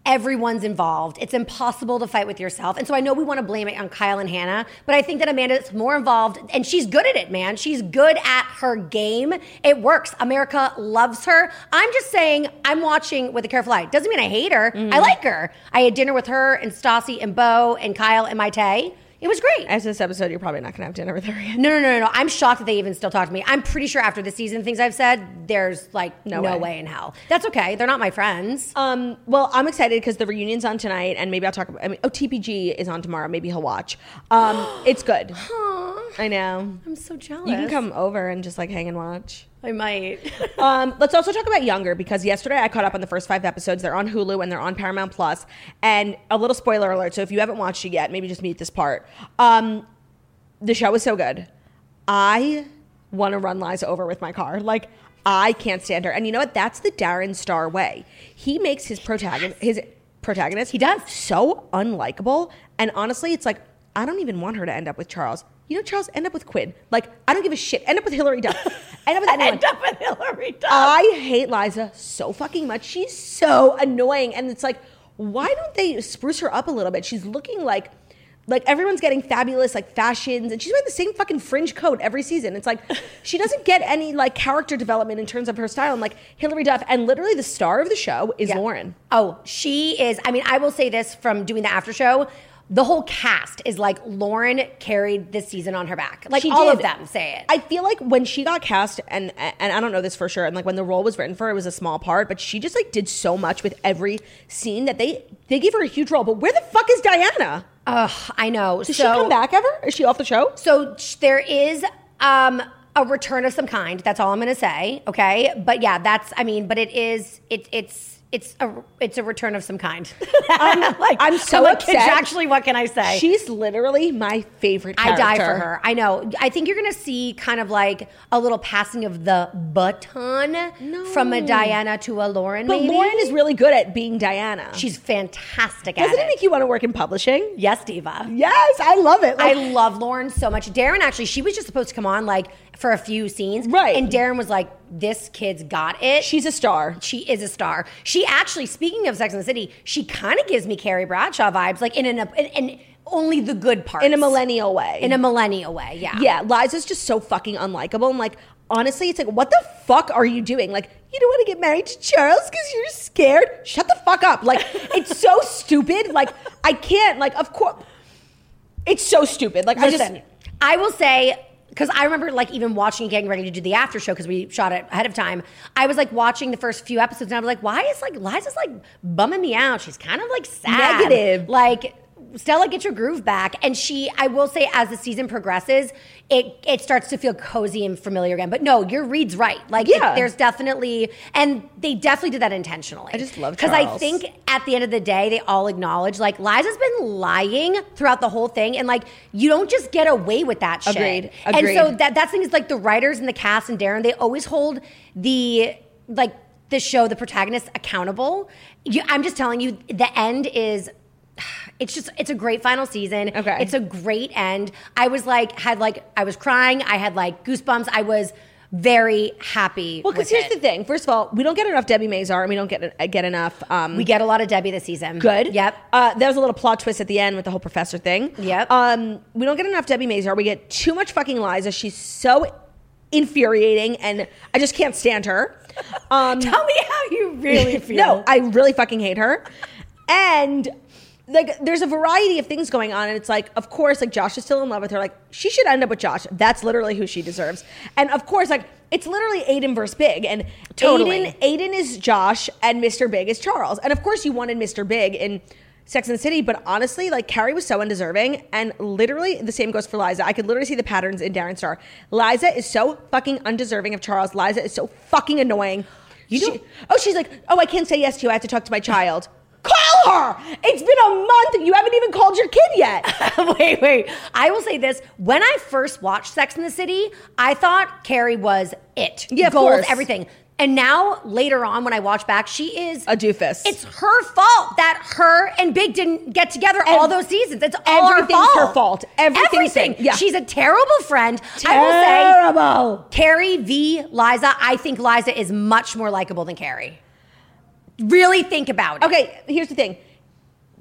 [SPEAKER 3] everyone's involved. It's impossible to fight with yourself. And so I know we want to blame it on Kyle and Hannah, but I think that Amanda's more involved and she's good at it, man. She's good at her game. It works. America loves her. I'm just saying I'm watching with a careful eye. Doesn't mean I hate her. I like her. I had dinner with her and Stassi and Bo and Kyle and Maite. It was great.
[SPEAKER 2] As this episode, you're probably not gonna have dinner with her again.
[SPEAKER 3] No, no, no, no, no. I'm shocked that they even still talk to me. I'm pretty sure after the season, things I've said, there's like no,
[SPEAKER 2] No
[SPEAKER 3] way.
[SPEAKER 2] way.
[SPEAKER 3] in hell. That's okay. They're not my friends.
[SPEAKER 2] Um, well, I'm excited because the reunion's on tonight, and maybe I'll talk about. I mean, oh, TPG is on tomorrow. Maybe he'll watch. Um, it's good. I know.
[SPEAKER 3] I'm so jealous.
[SPEAKER 2] You can come over and just like hang and watch.
[SPEAKER 3] I might.
[SPEAKER 2] Um, let's also talk about Younger because yesterday I caught up on the first five episodes. They're on Hulu and they're on Paramount Plus. And a little spoiler alert. So if you haven't watched it yet, maybe just mute this part. Um, the show is so good. I want to run Liza over with my car. Like I can't stand her. And you know what? That's the Darren Star way. He makes his protagonist his protagonist he
[SPEAKER 3] does.
[SPEAKER 2] so unlikable. And honestly, it's like I don't even want her to end up with Charles. You know, Charles, end up with Quinn. Like I don't give a shit. End up with Hillary Duff. End up with anyone.
[SPEAKER 3] End up with Hillary Duff.
[SPEAKER 2] I hate Liza so fucking much. She's so annoying. And it's like, why don't they spruce her up a little bit? She's looking like like everyone's getting fabulous like fashions and she's wearing the same fucking fringe coat every season. It's like she doesn't get any like character development in terms of her style. And like Hillary Duff and literally the star of the show is
[SPEAKER 3] Yeah.
[SPEAKER 2] Lauren.
[SPEAKER 3] Oh, she is. I mean, I will say this from doing the after show. The whole cast is like Lauren carried this season on her back. Like
[SPEAKER 2] She
[SPEAKER 3] all of
[SPEAKER 2] did.
[SPEAKER 3] them say it.
[SPEAKER 2] I feel like when she got cast, and and I don't know this for sure, and like when the role was written for her, it was a small part, but she just like did so much with every scene that they they gave her a huge role. But where the fuck is Diana?
[SPEAKER 3] Ugh, I know.
[SPEAKER 2] Does she come back ever? Is she off the show?
[SPEAKER 3] So sh- there is um, a return of some kind. That's all I'm going to say. Okay, but yeah, that's. I mean, but it is. It, it's. It's a. It's a return of some kind. I'm like.
[SPEAKER 2] I'm so
[SPEAKER 3] like,
[SPEAKER 2] upset.
[SPEAKER 3] Actually, what can I say?
[SPEAKER 2] She's literally my favorite.
[SPEAKER 3] I
[SPEAKER 2] Character.
[SPEAKER 3] die for her. I know. I think you're going to see kind of like a little passing of the baton from a Diana to a Lauren.
[SPEAKER 2] But
[SPEAKER 3] maybe.
[SPEAKER 2] Lauren is really good at being Diana.
[SPEAKER 3] She's fantastic
[SPEAKER 2] Doesn't
[SPEAKER 3] at
[SPEAKER 2] it make you want to work in publishing?
[SPEAKER 3] yes, diva.
[SPEAKER 2] Yes, I love it.
[SPEAKER 3] I
[SPEAKER 2] Like,
[SPEAKER 3] love Lauren so much. Darren actually, she was just supposed to come on like for a few scenes,
[SPEAKER 2] Right.
[SPEAKER 3] And Darren was like, "This kid's got it.
[SPEAKER 2] she's a star.
[SPEAKER 3] she is a star." She actually, speaking of Sex and the City, she kind of gives me Carrie Bradshaw vibes, like in an in, in only the good parts,
[SPEAKER 2] in a millennial way.
[SPEAKER 3] in a millennial way. Yeah,
[SPEAKER 2] yeah, Liza's just so fucking unlikable. And like, honestly, it's like, what the fuck are you doing? Like, you don't want to get married to Charles because you're scared. Shut the fuck up. Like, it's so stupid. Like, I can't. Like, of course, it's so stupid. Like, I
[SPEAKER 3] Listen,
[SPEAKER 2] just.
[SPEAKER 3] I will say because I remember like even watching getting ready to do the after show because we shot it ahead of time. I was like watching the first few episodes and I was like, why is like Liza's like bumming me out? She's kind of like sad,
[SPEAKER 2] Negative.
[SPEAKER 3] like. Stella, get your groove back. And she, I will say, as the season progresses, it it starts to feel cozy and familiar again. But no, your read's right. Like, it-
[SPEAKER 2] Yeah.
[SPEAKER 3] there's definitely, and they definitely did that intentionally. I
[SPEAKER 2] just love
[SPEAKER 3] because I
[SPEAKER 2] Charles.
[SPEAKER 3] think at the end of the day, they all acknowledge like Liza's been lying throughout the whole thing, and like you don't just get away with that shit.
[SPEAKER 2] Agreed.
[SPEAKER 3] And so
[SPEAKER 2] Agreed.
[SPEAKER 3] that that thing is like the writers and the cast and Darren, they always hold the like the show, the protagonist accountable. You, I'm just telling you, the end is. It's just it's a great final season.
[SPEAKER 2] Okay.
[SPEAKER 3] It's a great end. I was like had like I was crying. I had like goosebumps. I was very happy.
[SPEAKER 2] Well, because
[SPEAKER 3] with
[SPEAKER 2] here's
[SPEAKER 3] it.
[SPEAKER 2] the thing. First of all, we don't get enough Debbie Mazar, and we don't get get enough. Um,
[SPEAKER 3] we get a lot of Debbie this season.
[SPEAKER 2] good.
[SPEAKER 3] Yep.
[SPEAKER 2] Uh, there was a little plot twist at the end with the whole professor thing.
[SPEAKER 3] Yep.
[SPEAKER 2] Um, we don't get enough Debbie Mazar. We get too much fucking Liza. She's so infuriating, and I just can't stand her. Um,
[SPEAKER 3] Tell me how you really feel.
[SPEAKER 2] No, I really fucking hate her. And like there's a variety of things going on and it's like of course like Josh is still in love with her like she should end up with Josh that's literally who she deserves and of course like it's literally Aiden versus Big and
[SPEAKER 3] Totally.
[SPEAKER 2] Aiden Aiden is Josh and Mr. Big is Charles and of course you wanted Mr. Big in Sex and the City but honestly like Carrie was so undeserving and literally the same goes for Liza I could literally see the patterns in Darren Star Liza is so fucking undeserving of Charles Liza is so fucking annoying you she, oh, she's like, oh, I can't say yes to you. I have to talk to my child. Call her. It's been a month. You haven't even called your kid yet.
[SPEAKER 3] wait, wait. I will say this. When I first watched Sex in the City, I thought Carrie was it.
[SPEAKER 2] Yeah, of
[SPEAKER 3] Gold,
[SPEAKER 2] course.
[SPEAKER 3] everything. And now later on when I watch back, she is
[SPEAKER 2] A doofus.
[SPEAKER 3] It's her fault that her and Big didn't get together all those seasons. It's all her
[SPEAKER 2] everything's
[SPEAKER 3] fault.
[SPEAKER 2] her fault. Everything's-
[SPEAKER 3] everything.
[SPEAKER 2] yeah.
[SPEAKER 3] She's a terrible friend. I will say
[SPEAKER 2] Terrible.
[SPEAKER 3] Carrie v. Liza, I think Liza is much more likable than Carrie. Really think about it.
[SPEAKER 2] Okay, here's the thing.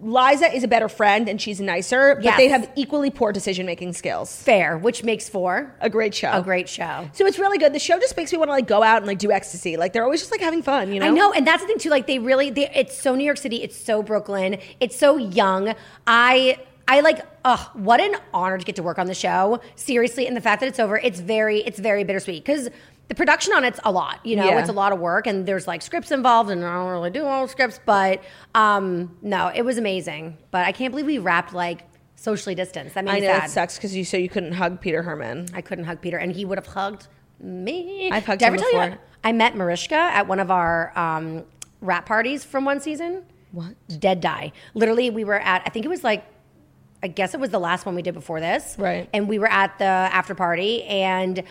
[SPEAKER 2] Liza is a better friend and she's nicer, but
[SPEAKER 3] Yes.
[SPEAKER 2] they have equally poor decision making skills.
[SPEAKER 3] Fair, which makes for
[SPEAKER 2] A great show.
[SPEAKER 3] a great show.
[SPEAKER 2] So it's really good. The show just makes me want to like go out and like do ecstasy. Like they're always just like having fun, you know?
[SPEAKER 3] I know, and that's the thing too. Like they really, they, it's so New York City, it's so Brooklyn, it's so young. I, I like, oh, what an honor to get to work on the show. Seriously, and the fact that it's over, it's very, it's very bittersweet because the production on it's a lot. You know,
[SPEAKER 2] Yeah.
[SPEAKER 3] it's a lot of work, and there's like scripts involved, and I don't really do all the scripts, but um, no, it was amazing. But I can't believe we wrapped like socially distanced. That made
[SPEAKER 2] I
[SPEAKER 3] me
[SPEAKER 2] know
[SPEAKER 3] sad.
[SPEAKER 2] that sucks because you so you couldn't hug Peter Herman.
[SPEAKER 3] I couldn't hug Peter, and he would have hugged me.
[SPEAKER 2] I've hugged
[SPEAKER 3] Did I
[SPEAKER 2] him
[SPEAKER 3] ever tell you
[SPEAKER 2] before.
[SPEAKER 3] I met Marishka at one of our um, rap parties from one season. What? Dead die. Literally, we were at. I think it was like. I guess it was the last one we did before this.
[SPEAKER 2] Right.
[SPEAKER 3] And we were at the after party and.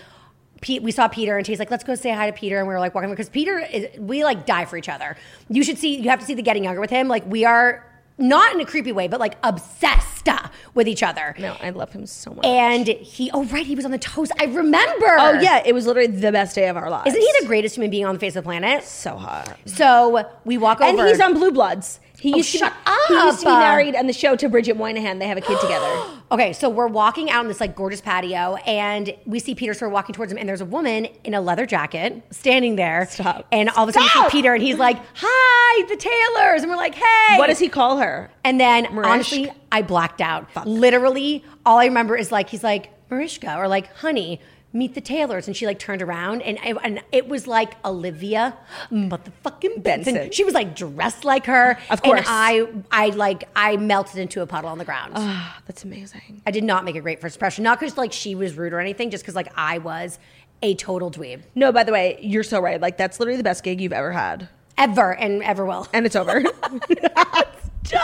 [SPEAKER 3] Pete, we saw Peter and Tate's like, let's go say hi to Peter. And we were like walking because Peter is, we like die for each other. You should see, you have to see the getting younger with him. Like, we are not in a creepy way, but like obsessed uh, with each other.
[SPEAKER 2] No, I love him so much.
[SPEAKER 3] And he, oh right, he was on the toast. I remember.
[SPEAKER 2] oh yeah, it was literally the best day of our lives.
[SPEAKER 3] Isn't he the greatest human being on the face of the planet?
[SPEAKER 2] so hot?
[SPEAKER 3] So we walk over.
[SPEAKER 2] And he's on Blue Bloods. He
[SPEAKER 3] Oh,
[SPEAKER 2] used to
[SPEAKER 3] shut
[SPEAKER 2] be, He used to be
[SPEAKER 3] up.
[SPEAKER 2] married on the show to Bridget Moynihan. They have a kid together.
[SPEAKER 3] Okay, so we're walking out on this like gorgeous patio, and we see Peter sort of walking towards him, and there's a woman in a leather jacket standing there.
[SPEAKER 2] Stop.
[SPEAKER 3] And all of a sudden, we
[SPEAKER 2] Stop!
[SPEAKER 3] see Peter, and he's like, "Hi, the Taylors," and we're like, "Hey."
[SPEAKER 2] What does he call her?
[SPEAKER 3] And then
[SPEAKER 2] Marish?
[SPEAKER 3] honestly, I blacked out. Literally, all I remember is like he's like Marishka or like honey. Meet the Taylors, and she like turned around, and I, and it was like Olivia, motherfucking Benson.
[SPEAKER 2] Benson.
[SPEAKER 3] She was like dressed like her,
[SPEAKER 2] Of course.
[SPEAKER 3] And I, I like, I melted into a puddle on the ground.
[SPEAKER 2] Ah, that's amazing.
[SPEAKER 3] I did not make a great first impression, not because like she was rude or anything, just because like I was a total dweeb
[SPEAKER 2] No, by the way, you're so right. Like that's literally the best gig you've ever had,
[SPEAKER 3] ever and ever will.
[SPEAKER 2] and it's over. Done.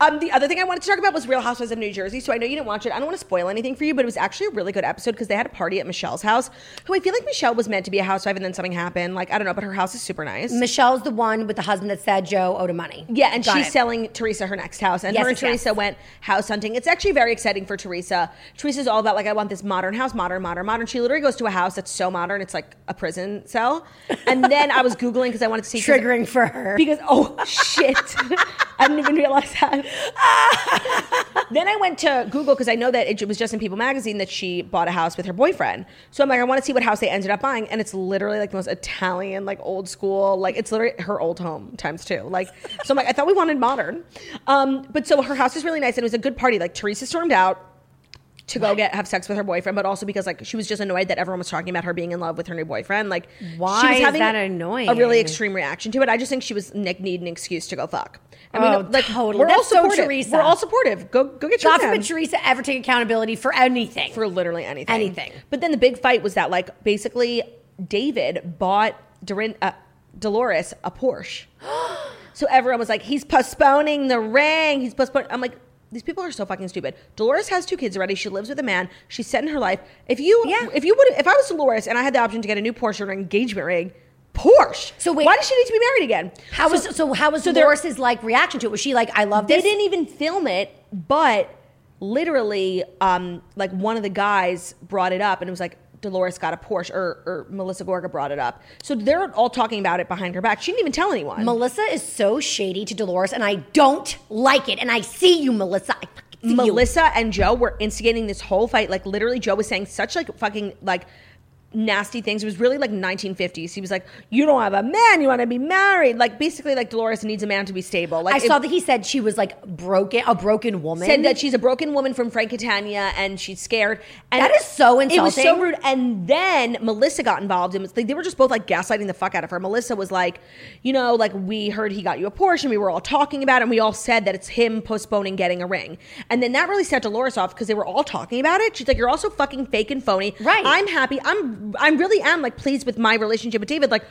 [SPEAKER 2] Um, the other thing I wanted to talk about was Real Housewives of New Jersey. So I know you didn't watch it. I don't want to spoil anything for you, but it was actually a really good episode because they had a party at Michelle's house. Who I feel like Michelle was meant to be a housewife, and then something happened. Like I don't know, but her house is super nice.
[SPEAKER 3] Michelle's the one with the husband that said Joe owed him money.
[SPEAKER 2] Yeah, and
[SPEAKER 3] Got
[SPEAKER 2] she's
[SPEAKER 3] it.
[SPEAKER 2] selling Teresa her next house. And
[SPEAKER 3] Yes,
[SPEAKER 2] her and
[SPEAKER 3] yes,
[SPEAKER 2] Teresa
[SPEAKER 3] yes.
[SPEAKER 2] went house hunting. It's actually very exciting for Teresa. Teresa's all about like, I want this modern house, modern, modern, modern. She literally goes to a house that's so modern, it's like a prison cell. And then I was Googling because I wanted to see 'cause-
[SPEAKER 3] triggering for her.
[SPEAKER 2] Because oh shit. I didn't even realize that. then I went to Google because I know that it was just in People magazine that she bought a house with her boyfriend. So I'm like, I want to see what house they ended up buying. And it's literally like the most Italian, like old school, like it's literally her old home times two. Like, so I'm like, I thought we wanted modern. Um, but so her house is really nice and it was a good party. Like Teresa stormed out. to go get have sex with her boyfriend, but also because like she was just annoyed that everyone was talking about her being in love with her new boyfriend. Like
[SPEAKER 3] Why
[SPEAKER 2] she was
[SPEAKER 3] is
[SPEAKER 2] having
[SPEAKER 3] that
[SPEAKER 2] A really
[SPEAKER 3] annoying?
[SPEAKER 2] extreme reaction to it. I just think she was like need an excuse to go fuck. I
[SPEAKER 3] Oh, totally.
[SPEAKER 2] we're
[SPEAKER 3] That's so
[SPEAKER 2] all supportive.
[SPEAKER 3] Teresa.
[SPEAKER 2] We're all supportive. Go go get your
[SPEAKER 3] God
[SPEAKER 2] man
[SPEAKER 3] forbid Teresa ever take accountability for anything.
[SPEAKER 2] for literally anything.
[SPEAKER 3] Anything.
[SPEAKER 2] But then the big fight was that like basically David bought Dorin, uh, Dolores a Porsche. so everyone was like, he's postponing the ring. He's postponing. I'm like. These people are so fucking stupid. Dolores has two kids already. She lives with a man. She's set in her life. If you,
[SPEAKER 3] Yeah.
[SPEAKER 2] if you would, if I was Dolores and I had the option to get a new Porsche or an engagement ring, Porsche.
[SPEAKER 3] So wait-
[SPEAKER 2] why does she need to be married again?
[SPEAKER 3] how was so? How was
[SPEAKER 2] there-
[SPEAKER 3] Dolores' like reaction to it? Was she like, "I love
[SPEAKER 2] they
[SPEAKER 3] this"?
[SPEAKER 2] didn't even film it, but literally, um, like one of the guys brought it up and it was like, Dolores got a Porsche, or, or Melissa Gorga brought it up. So they're all talking about it behind her back. She didn't even tell anyone.
[SPEAKER 3] Melissa is so shady to Dolores, and I don't like it. And I see you, Melissa. I fucking see you.
[SPEAKER 2] Melissa and Joe were instigating this whole fight. Like literally, Joe was saying such like fucking like nasty things. It was really like 1950s. He was like, "You don't have a man. You want to be married." Like basically, like Dolores needs a man to be stable. Like
[SPEAKER 3] I
[SPEAKER 2] it-
[SPEAKER 3] saw that he said she was like broken, a broken woman.
[SPEAKER 2] said that she's a broken woman from Frankitania and she's scared. And
[SPEAKER 3] That is so
[SPEAKER 2] It was so
[SPEAKER 3] insulting.
[SPEAKER 2] rude. And then Melissa got involved and was like, they were just both like gaslighting the fuck out of her. Melissa was like, you know, like we heard he got you a Porsche and we were all talking about it and we all said that it's him postponing getting a ring. And then that really set Dolores off because they were all talking about it. She's like, you're also fucking fake and phony.
[SPEAKER 3] Right.
[SPEAKER 2] I'm happy. I'm I really am like pleased with my relationship with David. Like,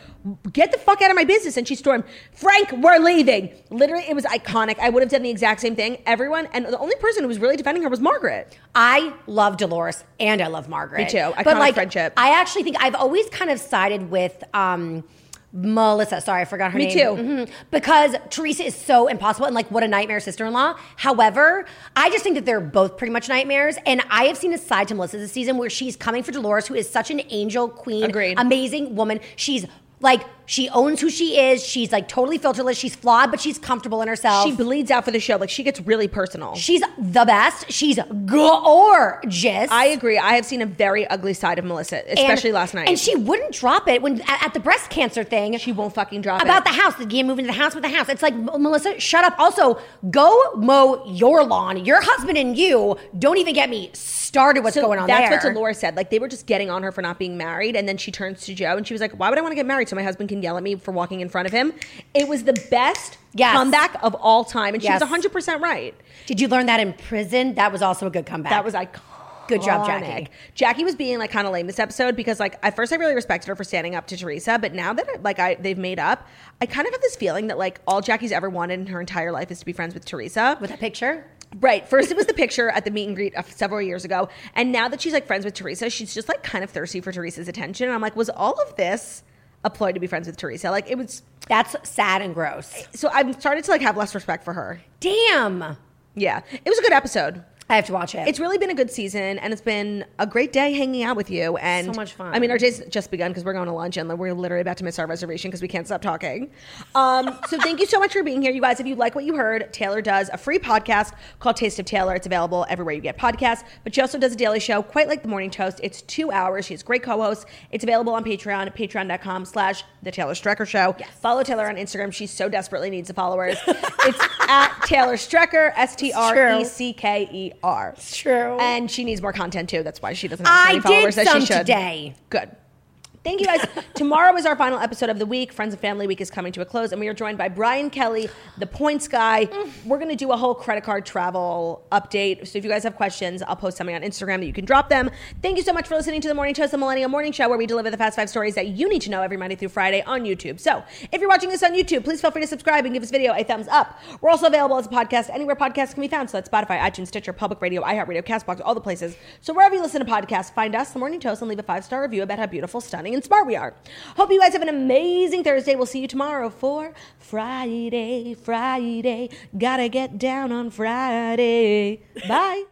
[SPEAKER 2] get the fuck out of my business. And she stormed, Frank, we're leaving. Literally, it was iconic. I would have done the exact same thing. Everyone and the only person who was really defending her was Margaret.
[SPEAKER 3] I love Dolores and I love Margaret.
[SPEAKER 2] Me too. Iconic
[SPEAKER 3] But like,
[SPEAKER 2] friendship.
[SPEAKER 3] I actually think I've always kind of sided with um, Melissa. Sorry, I forgot her
[SPEAKER 2] Me
[SPEAKER 3] name.
[SPEAKER 2] too.
[SPEAKER 3] Mhm. Because Teresa is so impossible and like what a nightmare sister in law. However, I just think that they're both pretty much nightmares. And I have seen a side to Melissa this season where she's coming for Dolores, who is such an angel, queen,
[SPEAKER 2] Agreed.
[SPEAKER 3] amazing woman. She's like, she owns who she is. She's like totally filterless. She's flawed, but she's comfortable in herself.
[SPEAKER 2] She bleeds out for the show. Like she gets really personal.
[SPEAKER 3] She's the best. She's gorgeous.
[SPEAKER 2] I agree. I have seen a very ugly side of Melissa,
[SPEAKER 3] And-
[SPEAKER 2] especially last night.
[SPEAKER 3] And she wouldn't drop it when at, at the breast cancer thing.
[SPEAKER 2] she won't fucking drop it.
[SPEAKER 3] about the house, the game moving to the house with the house. It's like "M- Melissa, shut up. Also, go mow your lawn. Your husband and you don't even get me started. What's
[SPEAKER 2] So
[SPEAKER 3] going on
[SPEAKER 2] that's
[SPEAKER 3] there?
[SPEAKER 2] what Dolores said. Like they were just getting on her for not being married, and then she turns to Joe and she was like, "Why would I want to get married so my husband can yell at me for walking in front of him?" It was the best
[SPEAKER 3] Yes.
[SPEAKER 2] comeback of all time, and she
[SPEAKER 3] Yes.
[SPEAKER 2] was hundred percent right.
[SPEAKER 3] Did you learn that in prison? That was also a good comeback.
[SPEAKER 2] That was iconic.
[SPEAKER 3] Good job, Jackie.
[SPEAKER 2] Jackie was being like kind of lame this episode because like at first I really respected her for standing up to Teresa, but now that like I they've made up, I kind of have this feeling that like all Jackie's ever wanted in her entire life is to be friends with Teresa.
[SPEAKER 3] with a picture.
[SPEAKER 2] Right. First, it was the picture at the meet and greet of several years ago, and now that she's like friends with Teresa, she's just like kind of thirsty for Teresa's attention. And I'm like, was all of this a ploy to be friends with Teresa? Like it was.
[SPEAKER 3] That's sad and gross.
[SPEAKER 2] So I've started to like have less respect for her.
[SPEAKER 3] Damn.
[SPEAKER 2] Yeah, it was a good episode.
[SPEAKER 3] I have to watch it.
[SPEAKER 2] It's really been a good season, and it's been a great day hanging out with you. And
[SPEAKER 3] So much fun.
[SPEAKER 2] I mean, our day's just begun because we're going to lunch, and we're literally about to miss our reservation because we can't stop talking. Um, so thank you so much for being here, you guys. If you like what you heard, Taylor does a free podcast called Taste of Taylor. It's available everywhere you get podcasts. But she also does a daily show, quite like The Morning Toast. It's two hours. She has great co-hosts. It's available on Patreon, at patreon.com slash The Taylor Strecker Show. Follow Taylor on Instagram. She so desperately needs the followers. it's at Taylor Strecker, S-T-R-E-C. C K E R.
[SPEAKER 3] true.
[SPEAKER 2] And she needs more content too. That's why she doesn't have as
[SPEAKER 3] I
[SPEAKER 2] many followers
[SPEAKER 3] did
[SPEAKER 2] as
[SPEAKER 3] some
[SPEAKER 2] she should.
[SPEAKER 3] today.
[SPEAKER 2] Good. Thank you guys. Tomorrow is our final episode of the week. Friends and Family Week is coming to a close, and we are joined by Brian Kelly, the points guy.
[SPEAKER 3] Mm.
[SPEAKER 2] We're going to do a whole credit card travel update. So if you guys have questions, I'll post something on Instagram that you can drop them. Thank you so much for listening to the Morning Toast, the Millennial Morning Show, where we deliver the fast five stories that you need to know every Monday through Friday on YouTube. So if you're watching this on YouTube, please feel free to subscribe and give this video a thumbs up. We're also available as a podcast anywhere podcasts can be found. So that's Spotify, iTunes, Stitcher, Public Radio, iHeartRadio, Castbox, all the places. So wherever you listen to podcasts, find us, The Morning Toast, and leave a five star review about how beautiful, stunning, and smart we are. Hope you guys have an amazing Thursday. We'll see you tomorrow for Friday, Friday. Gotta get down on Friday. Bye.